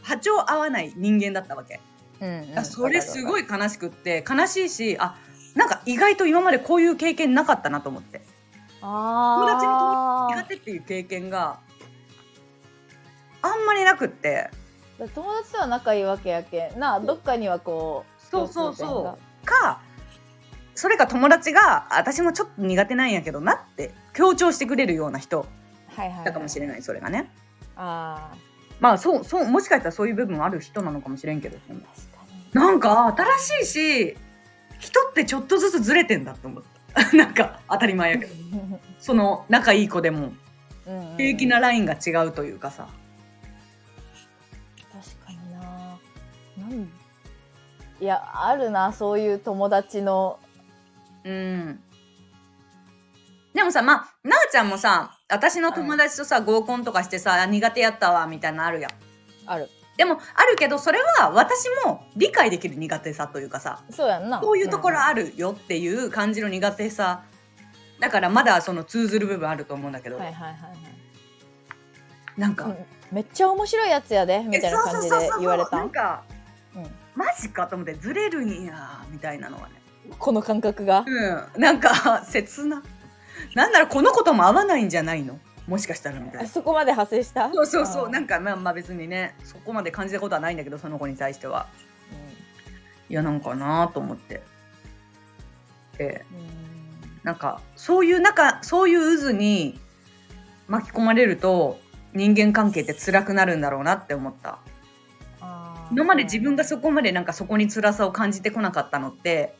波長合わない人間だったわけ、うんあそれすごいい悲しくって悲しいしあなんか意外と今までこういう経験なかったなと思って友達のあ苦あ手っていう経験があんまりなくって友達とは仲いいわけやけんなあどっかにはこうそうそうそう共通点がかそれか友達が私もちょっと苦手なんやけどなって強調してくれるような人はいはいはだいかもしれないそれがねああまあそうそうもしかしたらそういう部分ある人なのかもしれんけど確かなんか新しいし人ってちょっとずつずれてん だと思ったなんか当たり前やけどにうんその仲いい子でもうんう ん平気なラインが違うというかさ確かにななんいやあるなそういう友達のうんでもさまあなあちゃんもさ私の友達とさ合コンとかしてさ苦手やったわみたいなのあるやんあるでもあるけどそれは私も理解できる苦手さというかさそうやんなこういうところあるよっていう感じの苦手さだからまだその通ずる部分あると思うんだけど、はいはいはいなんか、はいうんめっちゃ面白いやつやでみたいな感じで言われなたんかうんマジかと思ってずれるんやみたいなのはねこの感覚がうんなんか切ななんならこのことも合わないんじゃないのもしかしたらみたいあなそこまで派生したそうそうそうあーなんかまあまあ別にねそこまで感じたことはないんだけどその子に対しては嫌なんかなと思ってでうんうんなんかそういう中そういう渦に巻き込まれると人間関係って辛くなるんだろうなって思ったあー今まで自分がそこまでなんかそこに辛さを感じてこなかったのって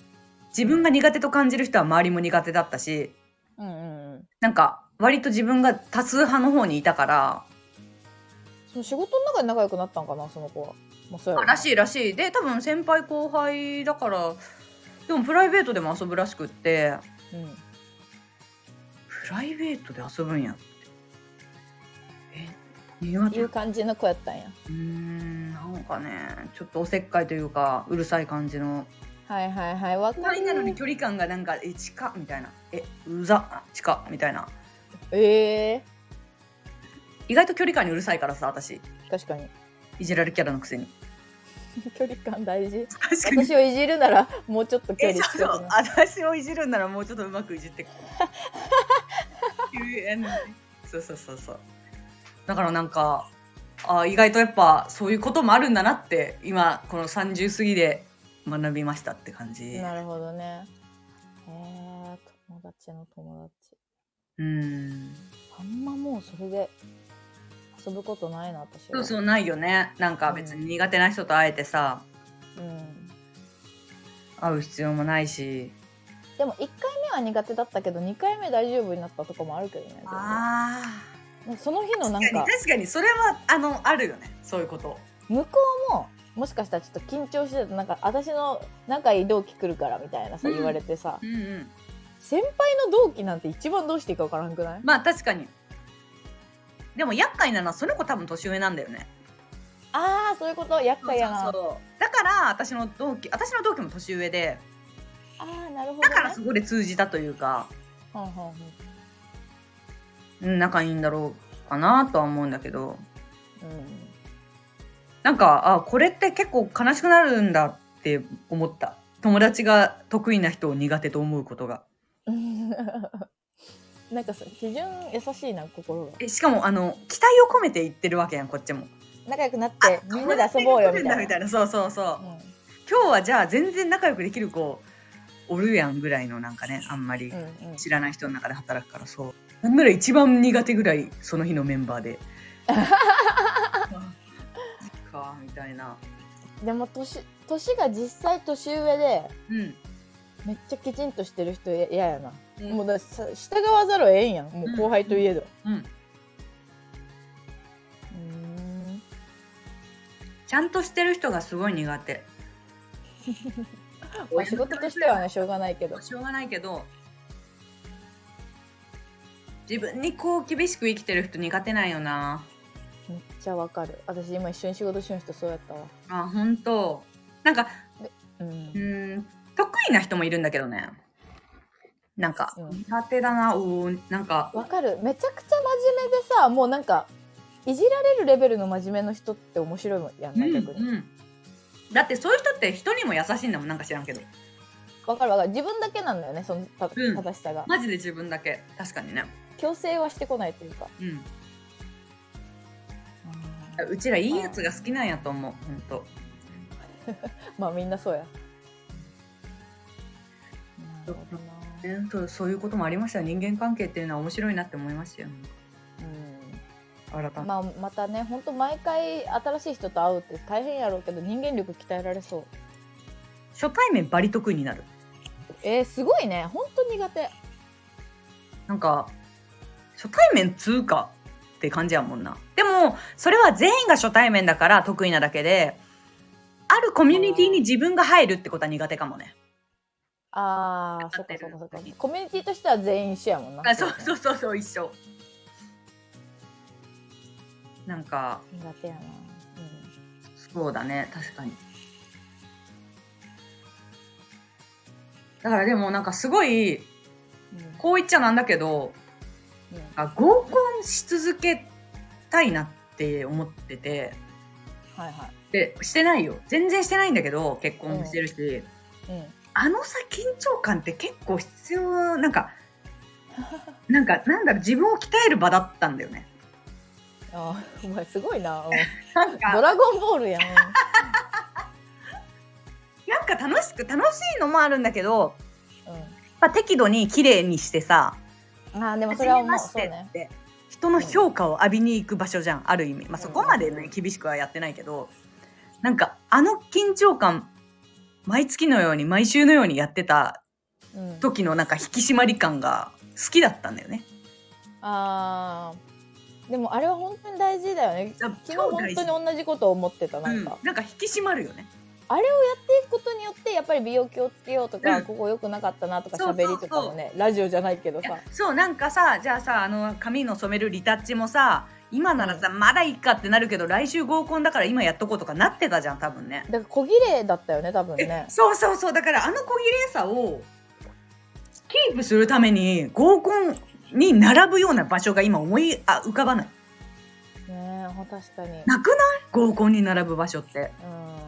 自分が苦手と感じる人は周りも苦手だったしうんうんうんなんか割と自分が多数派の方にいたからその仕事の中で仲良くなったんかなその子はもうそうやあろならしいらしいで多分先輩後輩だからでもプライベートでも遊ぶらしくってうんプライベートで遊ぶんやってえ苦手いう感じの子やったんやうーんなんかねちょっとおせっかいというかうるさい感じのはいはいはいわ後か輩なのにる距離感がなんかえ近っみたいなえうざっ近っみたいなええ意外と距離感にうるさいからさ私確かに いじられるキャラのくせに距離感大事確かに私をいじるならもうちょっと距え離ちょっ近くとな私をいじるんならもうちょっとうまくいじってく 言えないそうそうそうそうだからなんかあ意外とやっぱそういうこともあるんだなって今この30過ぎで学びましたって感じなるほどねえー、友達の友達うんあんまもうそれで遊ぶことないな私そはうそうないよねなんか別に苦手な人と会えてさ、うん会う必要もないしでも1回目は苦手だったけど2回目大丈夫になったとかもあるけどねあでもその日のなあんか確かにそれはあのあるよねそういうこと向こうももしかしたらちょっと緊張しててなんか私の仲いい同期来るからみたいなさうん言われてさ、うんうん先輩の同期なんて一番どうしていいかわからんくないまあ確かにでも厄介なのはその子多分年上なんだよねああそういうこと厄介やなそうそうそうだから私の同期私の同期も年上でああなるほど、だね、からそこで通じたというか、うんうんうんうん、仲いいんだろうかなとは思うんだけどうんなんかあこれって結構悲しくなるんだって思った友達が得意な人を苦手と思うことが なんかさ基準優しいな心がえしかもあの期待を込めて言ってるわけやんこっちも仲良くなってみんなで遊ぼうよみたいなみたいなそうそうそう、うん今日はじゃあ全然仲良くできる子おるやんぐらいのなんかねあんまりうんうん知らない人の中で働くからそうなんなら一番苦手ぐらいその日のメンバーであそっかみたいなでも年年が実際年上でうんめっちゃきちんとしてる人や嫌やな、うんもうださ従わざるをええんやんもう後輩といえどうんうんちゃんとしてる人がすごい苦手まあ仕事としてはねしょうがないけどしょうがないけど自分にこう厳しく生きてる人苦手なんよなめっちゃわかる私今一緒に仕事してる人そうやったわあ本当なんかうんうーん得意な人もいるんだけどねなんか、うん苦手だなおーなんかわかるめちゃくちゃ真面目でさもうなんかいじられるレベルの真面目の人って面白いもんやんうなんい、う逆にん、だってそういう人って人にも優しいんだもんなんか知らんけどわかるわかる自分だけなんだよねそのたうん正しさが、マジで自分だけ確かにね強制はしてこないというかうんうちらいいやつが好きなんやと思うほんとまあみんなそうやなるほどなえーとそういうこともありましたよ人間関係っていうのは面白いなって思いましたよ改めて、うんまあまたねほんと毎回新しい人と会うって大変やろうけど人間力鍛えられそう初対面バリ得意になるえー、すごいねほんと苦手なんか初対面通過って感じやもんなでもそれは全員が初対面だから得意なだけであるコミュニティに自分が入るってことは苦手かもねあーそっかそっかそっかコミュニティとしては全員一緒やもんなあそうそうそうそう一緒なんか苦手やな、そうだね確かにだからでもなんかすごいうんうんこう言っちゃなんだけどうんあ合コンし続けたいなって思っててはいはでしてないよ全然してないんだけど結婚もしてるし、い、うん、あのさ緊張感って結構必要なんかなんかなんだろう自分を鍛える場だったんだよねあーお前すごいなうんなんかドラゴンボールやんなんか楽しく楽しいのもあるんだけど、うまあ、適度に綺麗にしてさんあーでも初それはめもうまそしうてねって人の評価を浴びに行く場所じゃんある意味、まあ、そこまでうんうんうねん厳しくはやってないけどなんかあの緊張感毎月のように毎週のようにやってたうん、時のなんか引き締まり感が好きだったんだよね。あーでもあれは本当に大事だよね昨昨日本当に同じことを思ってたなんか、うん、なんか引き締まるよね。っていくことによってやっぱり美容気をつけようとか、うんここ良くなかったなとかそうそう喋りとかもねラジオじゃないけどいやさそうなんかさじゃあさあの髪の染めるリタッチもさ今ならさ、まだいいかってなるけど来週合コンだから今やっとこうとかなってたじゃん多分ね。だから小綺麗だったよね多分ねそうそうそうだからあの小綺麗さをキープするために合コンに並ぶような場所が今思いあ浮かばないねえほん確かに、うん、なくない合コンに並ぶ場所って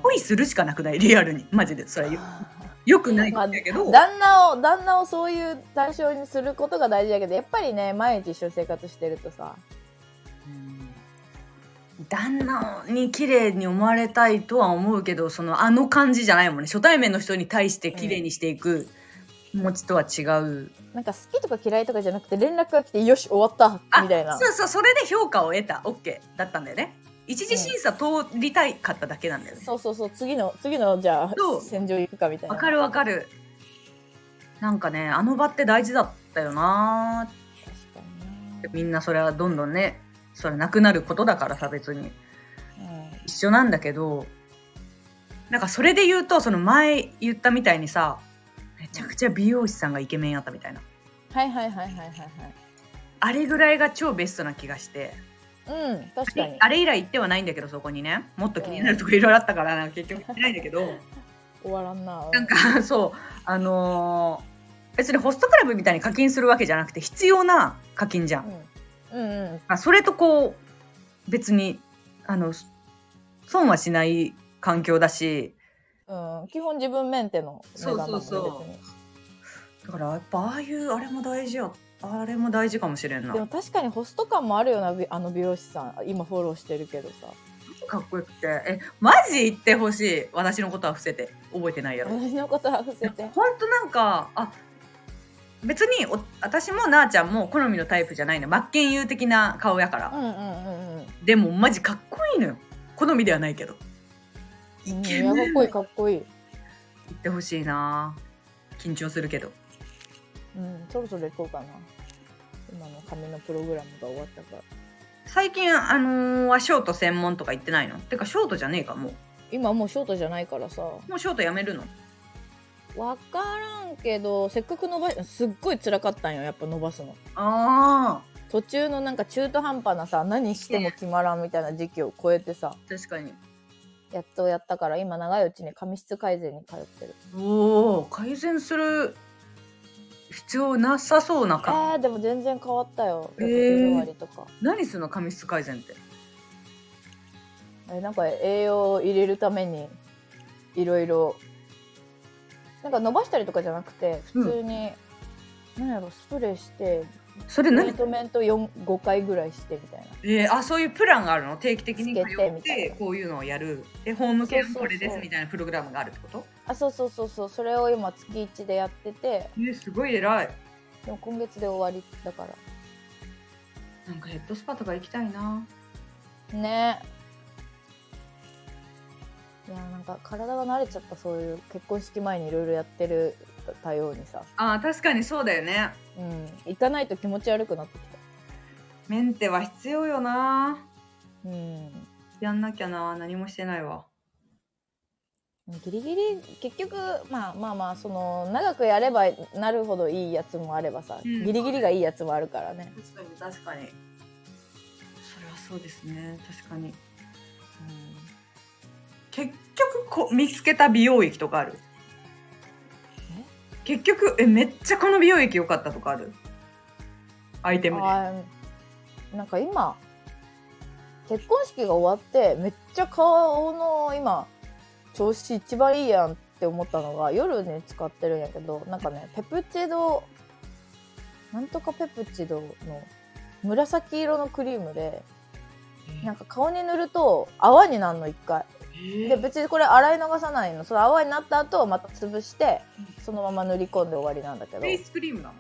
恋するしかなくないリアルにマジでそれよよくないんだけど、旦那を旦那をそういう対象にすることが大事だけどやっぱりね毎日一緒に生活してるとさうん旦那に綺麗に思われたいとは思うけどそのあの感じじゃないもんね初対面の人に対して綺麗にしていく気持ちとは違う、なんか好きとか嫌いとかじゃなくて連絡が来てよし終わったあみたいなそうそうそれで評価を得た OK だったんだよね一次審査通りたいかっただけなんだよねそうそうそう次の次のじゃあそう戦場行くかみたいなわかるわかるなんかねあの場って大事だったよなー確かにってみんなそれはどんどんねそれなくなることだからさ別にね一緒なんだけどなんかそれで言うとその前言ったみたいにさめちゃくちゃ美容師さんがイケメンやったみたいなうんはいはいはいはいはいあれぐらいが超ベストな気がしてはいうん確かにあれ以来行ってはないんだけどそこにねもっと気になるとこいろいろあったからな結局行ってないんだけ ど終わらんななんかそうあのー別にホストクラブみたいに課金するわけじゃなくて必要な課金じゃんうんうんうんあそれとこう別にあの損はしない環境だしうん、基本自分メンテの値段だもんねそうそうそう別にだからやっぱああいうあれも大事やあれも大事かもしれんなでも確かにホスト感もあるよなびあの美容師さん今フォローしてるけどさかっこよくてえマジ言ってほしい私のことは伏せて覚えてないやろ私のことは伏せてほんとなんかあ別にお私もなあちゃんも好みのタイプじゃないの真剣佑的な顔やからう、んうんうんうんでもマジかっこいいのよ好みではないけどイうんいケやかメっンこいいかっこいい、言ってほしいな緊張するけどうん、そろそろ行こうかな今の髪のプログラムが終わったから最近あのーはショート専門とか言ってないのてかショートじゃねえかも今もうショートじゃないからさうもうショートやめるのわからんけどせっかく伸ばしすっごい辛かったんよやっぱ伸ばすのあ途中のなんか中途半端なさ何しても決まらんみたいな時期を超えてさー確かにやっとやったから今長いうちに髪質改善に通ってるおお改善する必要なさそうなえかー、でも全然変わったよへー役割割とか、何するの髪質改善ってえなんか栄養を入れるためにいろいろなんか伸ばしたりとかじゃなくて普通に、なんやろスプレーしてそれト何リートメント5回ぐらいしてみたいなえーあそういうプランがあるの定期的に通つけてっみたいてなこういうのをやるでホームケアもこれでそうそうすそうみたいなプログラムがあるってことあそうそうそうそうそれを今月1でやっててえーすごい偉いでも今月で終わりだかなんかヘッドスパとか行きたいならねいやなんか体が慣れちゃったそういう結婚式前にいろいろやってる多様にさ、あー確かにそうだよねうん、行かないと気持ち悪くなってきメンテは必要よなたうんやんなきゃな何もしてないわギリギリ結局まあまあまあその長くやればなるほどいいやつもあればさ、うんギリギリがいいやつもあるからね、確かに確かにそれはそうですね確かに結局こ見つけた美容液とかある結局えめっちゃこの美容液良かったとかあるアイテうん、ムであーなんか今結婚式が終わってめっちゃ顔の今調子一番いいやんって思ったのが夜に使ってるんやけどなんかねペプチドなんとかペプチドの紫色のクリームでなんか顔に塗ると泡になるの一回。で別にこれ洗い流さないのその泡になった後また潰してそのまま塗り込んで終わりなんだけどフェイスクリームなの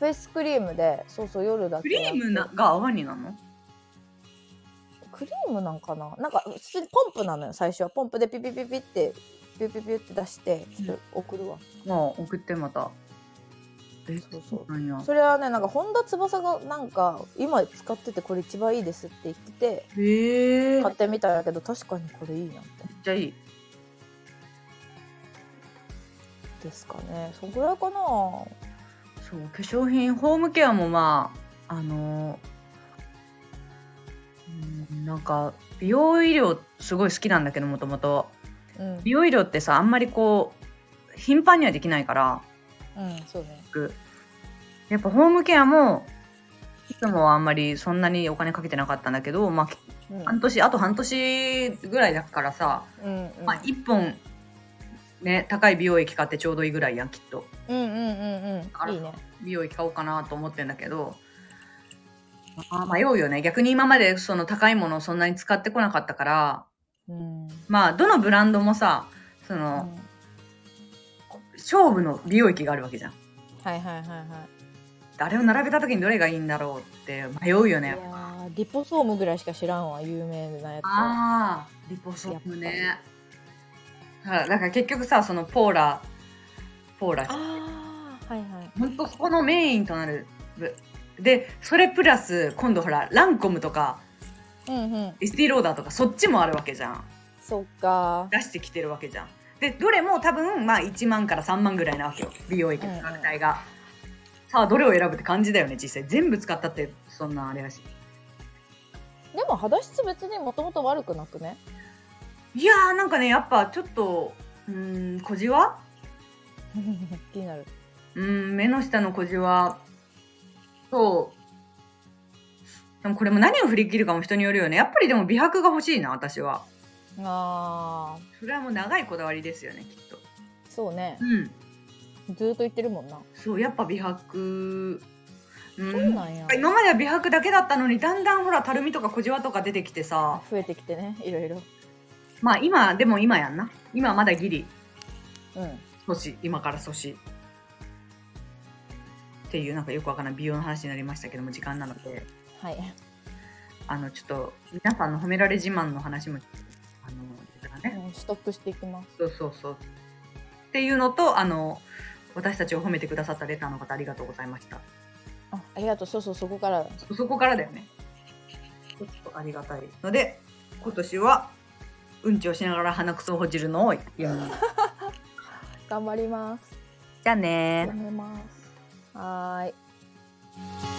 フェイスクリームでそうそう夜だクけリやっーてムなが泡になるのクリームなんかななんか普通にポンプなのよ最初はポンプでピピピピってピュピュピュって出してちょっと送るわ、まあ送ってまたえそうそうなんやそれはねなんか本田翼がなんか今使っててこれ一番いいですって言っててへえめ買っってみたんだけど確かにこれいいなってちゃいいですかねそんぐらいかなそう化粧品ホームケアもまああのうんなんか美容医療すごい好きなんだけどもともとうん美容医療ってさあんまりこう頻繁にはできないからうんそうねやっぱホームケアもいつもはあんまりそんなにお金かけてなかったんだけど、まあ、うん半年あと半年ぐらいだからさ、うんうんまあ、1本ね高い美容液買ってちょうどいいぐらいやんきっとうんうんうんあらうんいいね美容液買おうかなと思ってんだけどまあ迷うよね逆に今までその高いものをそんなに使ってこなかったからうんまあどのブランドもさそうの、ん勝負の美容液があるわけじゃんはいはいはいはい。あれを並べた時にどれがいいんだろうって迷うよいねやーリポソームぐらいしか知らんわ有名なやつは。ああリポソームねだからだから結局さそのポーラポーラあはいはいほんとそこのメインとなる部でそれプラス今度ほらランコムとかうんうんエスティローダーとかそっちもあるわけじゃんそっか出してきてるわけじゃんでどれも多分まあ1万から3万ぐらいなわけよ美容液の価格帯が、さあどれを選ぶって感じだよね実際全部使ったってそんなあれやしでも肌質別にもともと悪くなくね いやーなんかねやっぱちょっとうーん小じわ気になるうーん目の下の小じわそうでもこれも何を振り切るかも人によるよねやっぱりでも美白が欲しいな私はあーそれはもう長いこだわりですよねきっとそうねうんずーっと言ってるもんな、そうやっぱ美白うんそうなんや今までは美白だけだったのにだんだんほらたるみとか小じわとか出てきてさ増えてきてねいろいろまあ今でも今やんな今まだギリうん阻止今から阻止っていうなんかよくわからない美容の話になりましたけども時間なのではいあのちょっと皆さんの褒められ自慢の話もあのだからねうんストックしていきますそうそうそうっていうのとあの私たちを褒めてくださったレターの方ありがとうございましたあありがとうそうそうそこからそそこからだよね。ちょっとありがたいので、今年は、うんちをしながら鼻くそをほじるのをやる。頑張りますじゃあねやめますはーい